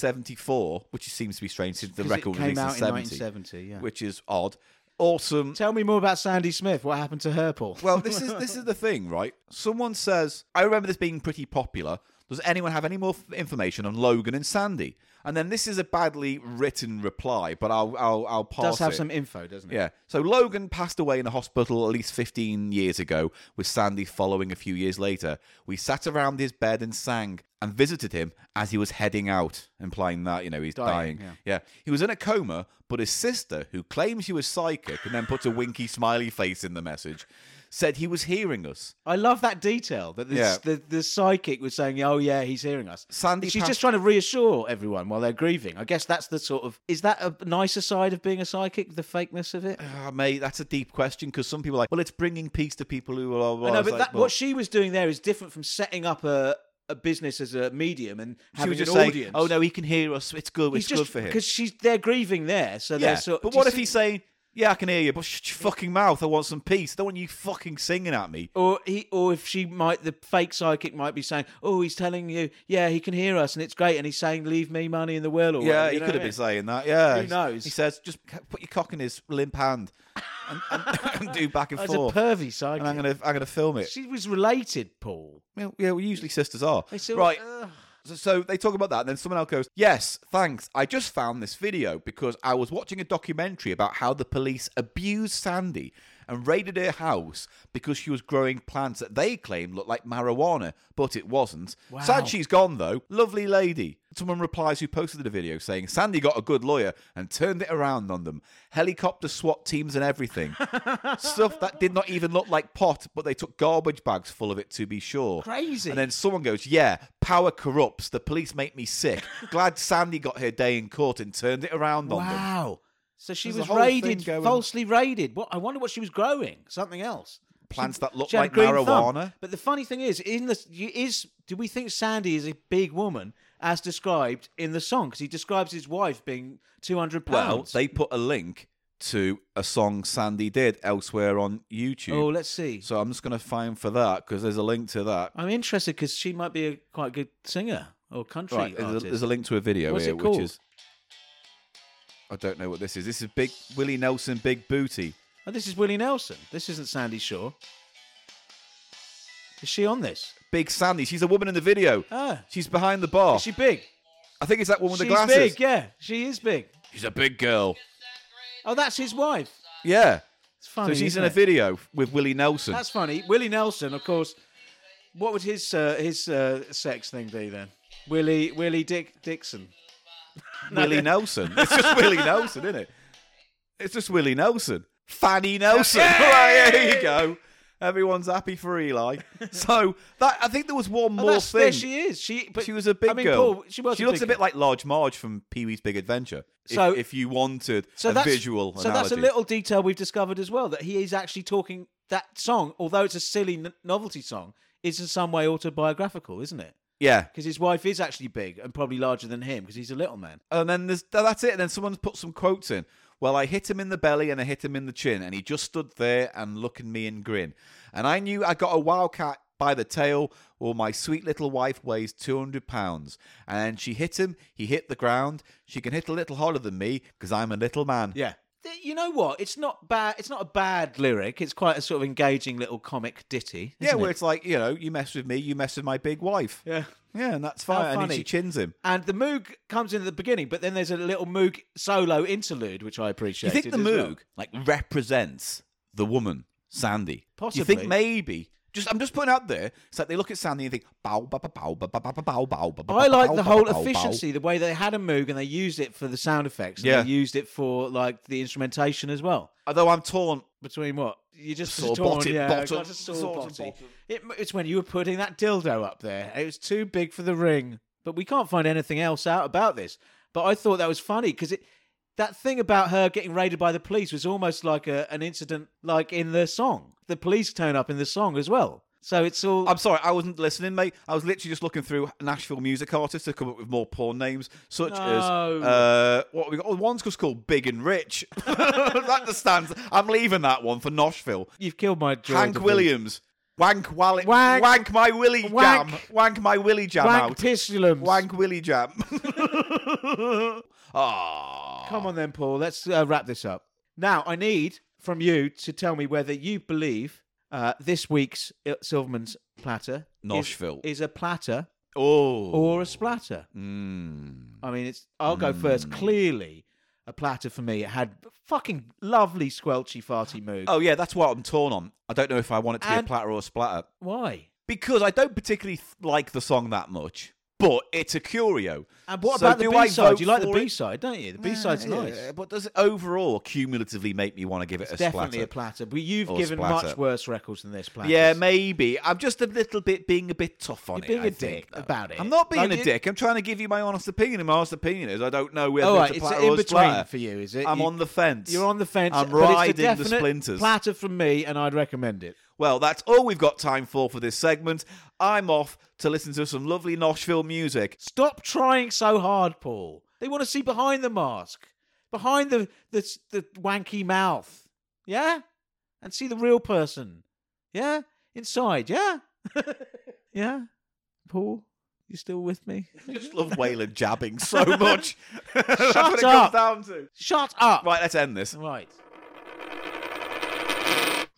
1974, which seems to be strange since the
'Cause it
record
came
release
out
in
in
70,
1970, yeah.
Which is odd. Awesome.
Tell me more about Sandy Smith. What happened to her, Paul?
Well, this is this is the thing, right? Someone says, "I remember this being pretty popular." Does anyone have any more f- information on Logan and Sandy? And then this is a badly written reply, but I'll I'll, I'll pass
does have
it.
some info, doesn't it?
Yeah. So Logan passed away in a hospital at least 15 years ago, with Sandy following a few years later. We sat around his bed and sang and visited him as he was heading out, implying that, you know, he's dying.
Dying,
Yeah. He was in a coma, but his sister, who claims he was psychic and then puts a winky smiley face in the message, said he was hearing us.
I love that detail that the,
Yeah.
the, the psychic was saying, "Oh yeah, he's hearing us."
Sandy
she's
Pat-
just trying to reassure everyone while they're grieving. I guess that's the sort of is that a nicer side of being a psychic, the fakeness of it?
Ah, mate, that's a deep question because some people are like, well, it's bringing peace to people who are.
I know,
was
but
like,
that,
well,
what she was doing there is different from setting up a, a business as a medium and
she
having
was just
an
saying,
audience.
oh no, he can hear us. It's good.
he's
it's
just
good for him.
because she's they're grieving there, so
Yeah,
they're sort.
but
do
what
you
if
see-
he's saying, "Yeah, I can hear you, but shut your fucking mouth. I want some peace. I don't want you fucking singing at me."
Or he, or if she might, the fake psychic might be saying, "Oh, he's telling you, yeah, he can hear us, and it's great," and he's saying, "Leave me money in the will." Or
yeah,
whatever,
he
you know
could have
what I
been saying that. Yeah,
Who
He-
knows?
He says, "Just c- put your cock in his limp hand and, and, and do back and
mean?
forth."
That's a pervy psychic.
and I'm gonna, I'm gonna film it.
She was related, Paul.
Well, yeah, well, usually sisters are
They still-
right.
Ugh.
So, so they talk about that, and then someone else goes, Yes, thanks. I just found this video because I was watching a documentary about how the police abused Sandy and raided her house because she was growing plants that they claimed looked like marijuana, but it wasn't. Sad she's gone, though. Lovely lady. Someone replies who posted the video saying Sandy got a good lawyer and turned it around on them. Helicopter SWAT teams and everything. Stuff that did not even look like pot, but they took garbage bags full of it to be sure.
Crazy.
And then someone goes, Yeah, power corrupts. The police make me sick. Glad Sandy got her day in court and turned it around on them.
Wow. So she
There's a
was
whole thing
raided,
going-
falsely raided. What? I wonder what she was growing. Something else.
Plants that look
She had
like
a green thumb.
marijuana.
But the funny thing is, in the you- is do we think Sandy is a big woman as described in the song? Because he describes his wife being two hundred
Well,
pounds.
they put a link to a song Sandy did elsewhere on YouTube.
oh, let's see.
So I'm just going to find for that because there's a link to that.
I'm interested because she might be a quite good singer or country
Right, there's
artist.
a, there's a link to a video
What's
here,
it called?
which is I don't know what this is. This is Big Willie Nelson, Big Booty.
Oh, this is Willie Nelson. This isn't Sandy Shaw. Is she on this?
Big Sandy. She's a woman in the video.
Ah.
She's behind the bar.
Is she big?
I think it's that woman with
She's
the glasses.
big, yeah. She is big.
She's a big girl.
Oh, that's his wife.
Yeah.
It's funny.
so she's
isn't
in a
it?
video with Willie Nelson.
That's funny. Willie Nelson, of course. What would his uh, his uh, sex thing be then? Willie Willie Dick Dixon.
Willie Nelson. It's just Willie Nelson, isn't it? It's just Willie Nelson. Fanny Nelson. Right, there you go. Everyone's happy for Eli. So that I think there was one
Oh,
more
that's-
thing.
There she is. She but,
she was a big
I mean,
girl.
Paul, she was. a
looks
big
a bit like Large Marge from Pee Wee's Big Adventure. If,
So-
if you wanted
so
a
that's,
visual
So
analogy.
that's a little detail we've discovered as well that he is actually talking that song, although it's a silly n- novelty song, is in some way autobiographical, isn't it?
Yeah.
Because his wife is actually big and probably larger than him because he's a little man.
And then there's th- that's it. And then someone's put some quotes in. Well, I hit him in the belly and I hit him in the chin, and he just stood there and looked at me and grin. And I knew I got a wildcat by the tail. Well, my sweet little wife weighs two hundred pounds, and she hit him. He hit the ground. She can hit a little harder than me because I'm a little man.
Yeah. Th- You know what? It's not bad. It's not a bad lyric. It's quite a sort of engaging little comic ditty.
Yeah,
isn't
where
it?
it's like you know, you mess with me, you mess with my big wife.
yeah.
Yeah, and that's fine. And
funny.
then she chins him.
And the Moog comes in at the beginning, but then there's a little Moog solo interlude, which I
Do you
appreciate.
think the Moog like represents the woman, Sandy? Do You
Possibly.
think maybe? Just I'm just putting out there. It's like they look at Sandy and think bow bow bow bow bow bow bow bow bow. bow, bow,
I like
bow,
the
bow,
whole
bow, bow.
efficiency, the way they had a Moog and they used it for the sound effects. And
Yeah.
They used it for like the instrumentation as well.
Although I'm torn.
Between what? You just
Saw
torn,
bottom,
yeah,
bottom,
got a saw
saw
bottom.
bottom.
It, it's when you were putting that dildo up there. It was too big for the ring. But we can't find anything else out about this. But I thought that was funny because it that thing about her getting raided by the police was almost like a, an incident like in the song. The police turn up in the song as well. So it's all
I'm sorry, I wasn't listening, mate. I was literally just looking through Nashville music artists to come up with more porn names, such as
No.
uh, what have we got. Oh, one's just called Big and Rich. that just stands. I'm leaving that one for Noshville.
you've killed my joy
Hank
to be-
Williams. Wank Wally.
Wank-
Wank, my Willy
Wank-
jam. Wank my Willy jam
Wank
out.
Pistulums.
Wank Willy jam. Ah.
Come on then, Paul. Let's uh, wrap this up. Now, I need from you to tell me whether you believe uh, this week's Il- Silverman's platter is-
Noshville.
is, a platter
Oh.
or a splatter.
Mm.
I mean, it's. I'll go first. Clearly, a platter for me. It had fucking lovely squelchy farty mood.
Oh yeah, that's what I'm torn on. I don't know if I want it to
And-
be a platter or a splatter
Why?
because I don't particularly th- like the song that much. But it's a curio.
And what
So
about the
do I
B side?
vote
You like the
for it?
B side, don't you? The B side's
Yeah,
nice.
But does it overall cumulatively make me want to give it a
Definitely
splatter?
a platter. But you've
Or
given
splatter.
much worse records than this platter.
Yeah, maybe. I'm just a little bit being a bit tough on
You're
it.
being
I
a
think,
dick
though.
about it.
I'm not being
Like,
a
you-
dick. I'm trying to give you my honest opinion. And my honest opinion is I don't know whether
Oh,
it's
right,
a
it's
platter
in
or a
between
splatter.
for you, is it?
I'm
You-
on the fence.
You're on the fence.
I'm
but it's a
riding the
definite
splinters.
Platter from me, and I'd recommend it.
Well, that's all we've got time for for this segment. I'm off to listen to some lovely Noshville music.
Stop trying so hard, Paul. They want to see behind the mask, behind the the, the wanky mouth, yeah, and see the real person, yeah, inside, yeah, yeah. Paul, you still with me?
I just love Waylon jabbing so much. that's
Shut
what it
up.
comes down to.
Shut up.
Right, let's end this.
Right.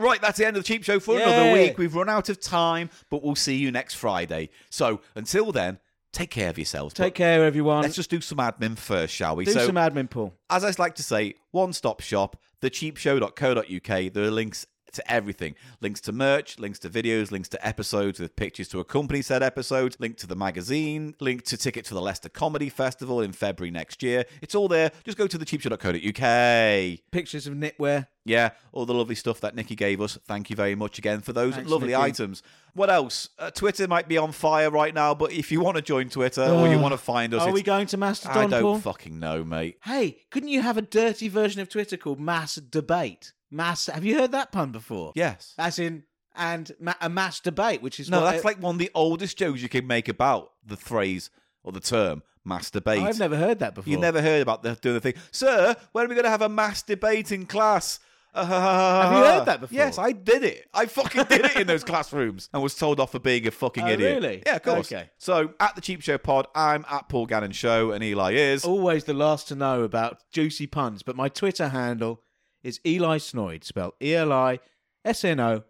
Right, that's the end of the Cheap Show for
Yeah.
another week. We've run out of time, but we'll see you next Friday. So until then, take care of yourselves. But
Take care, everyone.
Let's just do some admin first, shall we?
Do
so,
some admin, Paul.
as I like to say, one stop shop, thecheapshow.co.uk. There are links to everything. Links to merch, links to videos, links to episodes with pictures to accompany said episodes, link to the magazine, link to tickets for the Leicester Comedy Festival in February next year. It's all there. Just go to thecheapshot.co.uk.
Pictures of knitwear.
Yeah, all the lovely stuff that Nikki gave us. Thank you very much again for those
Thanks,
lovely
Nikki.
items. What else? Uh, Twitter might be on fire right now, but if you want to join Twitter or you
Ugh.
want to find us,
Are
it's-
we going to Mastodon,
I don't
Paul?
fucking know, mate.
Hey, couldn't you have a dirty version of Twitter called mass debate? Mass. Have you heard that pun before?
Yes.
As in, and ma- a mass debate, which is
No,
what
that's like one of the oldest jokes you can make about the phrase or the term mass debate.
I've never heard that before.
You never heard about the doing the thing, sir. When are we going to have a mass debate in class? have
Have you heard that before?
Yes, I did it. I fucking did it in those classrooms and was told off for being a fucking
Oh,
idiot.
really?
Yeah, of course.
Okay.
So at the Cheap Show Pod, I'm at Paul Gannon Show, and Eli is.
always the last to know about juicy puns, but my Twitter handle is Eli Snoid, spelled E L I S N O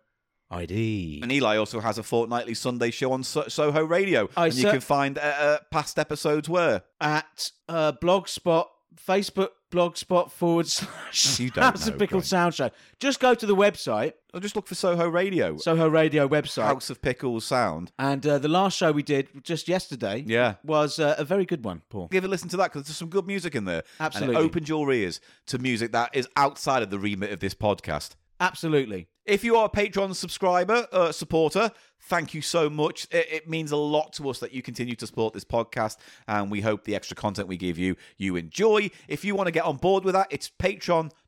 I D. E.
And Eli also has a fortnightly Sunday show on so- Soho Radio,
I
and you
cer-
can find uh, uh, past episodes where.
At uh, blogspot, Facebook blogspot forward slash
You don't
House of
know,
Pickle
Greg.
Sound Show. Just go to the website,
Or just look for Soho Radio,
Soho Radio website.
House of Pickles Sound.
And uh, the last show we did just yesterday
Yeah.
was uh, a very good one, Paul.
Give a listen to that because there's some good music in there.
Absolutely.
And it opened your ears to music that is outside of the remit of this podcast.
Absolutely.
If you are a Patreon subscriber, uh, supporter, thank you so much. It, it means a lot to us that you continue to support this podcast, and we hope the extra content we give you, you enjoy. If you want to get on board with that, it's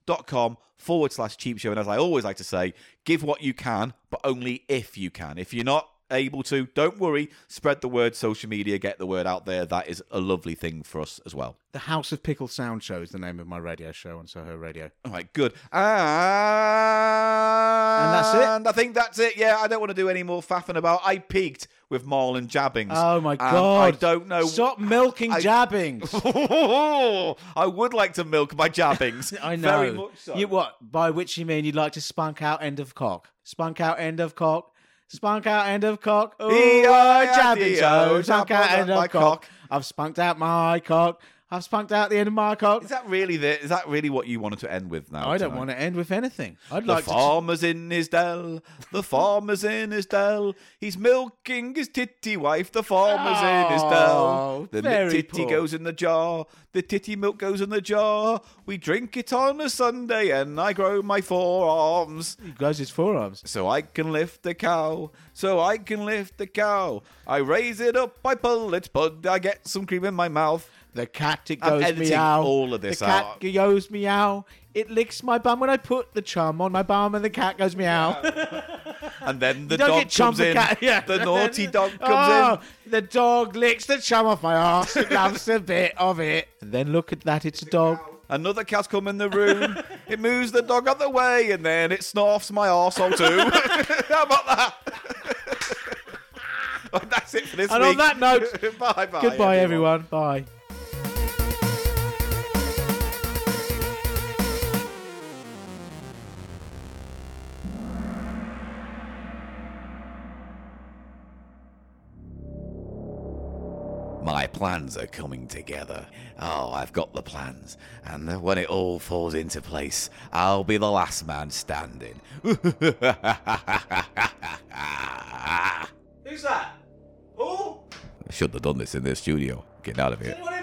patreon.com forward slash cheap show. And as I always like to say, give what you can, but only if you can. If you're not able to, don't worry. Spread the word, social media, get the word out there. That is a lovely thing for us as well.
The House of Pickle Sound Show is the name of my radio show on Soho Radio.
All right, good. And
that's it?
I think that's it. Yeah, I don't want to do any more faffing about. I peaked with Marlon Jabbings.
Oh my
And
God.
um, I don't know.
Stop milking
I-
jabbings.
I would like to milk my Jabbings.
I know.
Very much so.
You what? By which you mean you'd like to spunk out end of cock? Spunk out end of cock. Spunk out end of cock. Ooh,
E-I-I-D-O,
I jabbing so. Spunk
tap
out
uh, on
end
my
of
cock.
cock. I've spunked out my cock. I've spunked out the end of my cock.
is that really the, is that really what you wanted to end with now?
I don't
tonight?
want to end with anything. I'd
The
like to.
farmer's in his dell. The farmer's in his dell. He's milking his titty wife. The farmer's in his dell.
Oh,
The
very
titty
poor.
goes in the jar. The titty milk goes in the jar. We drink it on a Sunday, and I grow my forearms
He grows his forearms.
so I can lift the cow. So I can lift the cow. I raise it up. I pull it, but I get some cream in my mouth.
The cat it
I'm
goes
editing
meow.
all of this
the cat
out.
goes meow. It licks my bum when I put the chum on my bum, and the cat goes meow.
And then the
Don't
dog
get chum
comes
for
in.
cat- yeah. Oh,
The naughty dog comes in.
in. The dog licks the chum off my arse and loves a bit of it. And then look at that, it's a dog.
Another cat's come in the room. it moves the dog out the way, and then it snorts my arsehole too. How about that? Well, That's it for this
And on
week.
that note,
bye bye.
Goodbye, everyone. Bye.
My plans are coming together. Oh, I've got the plans. And when it all falls into place, I'll be the last man standing.
Who's that? Paul?
I should have done this in the studio. Getting out of here.
Anyone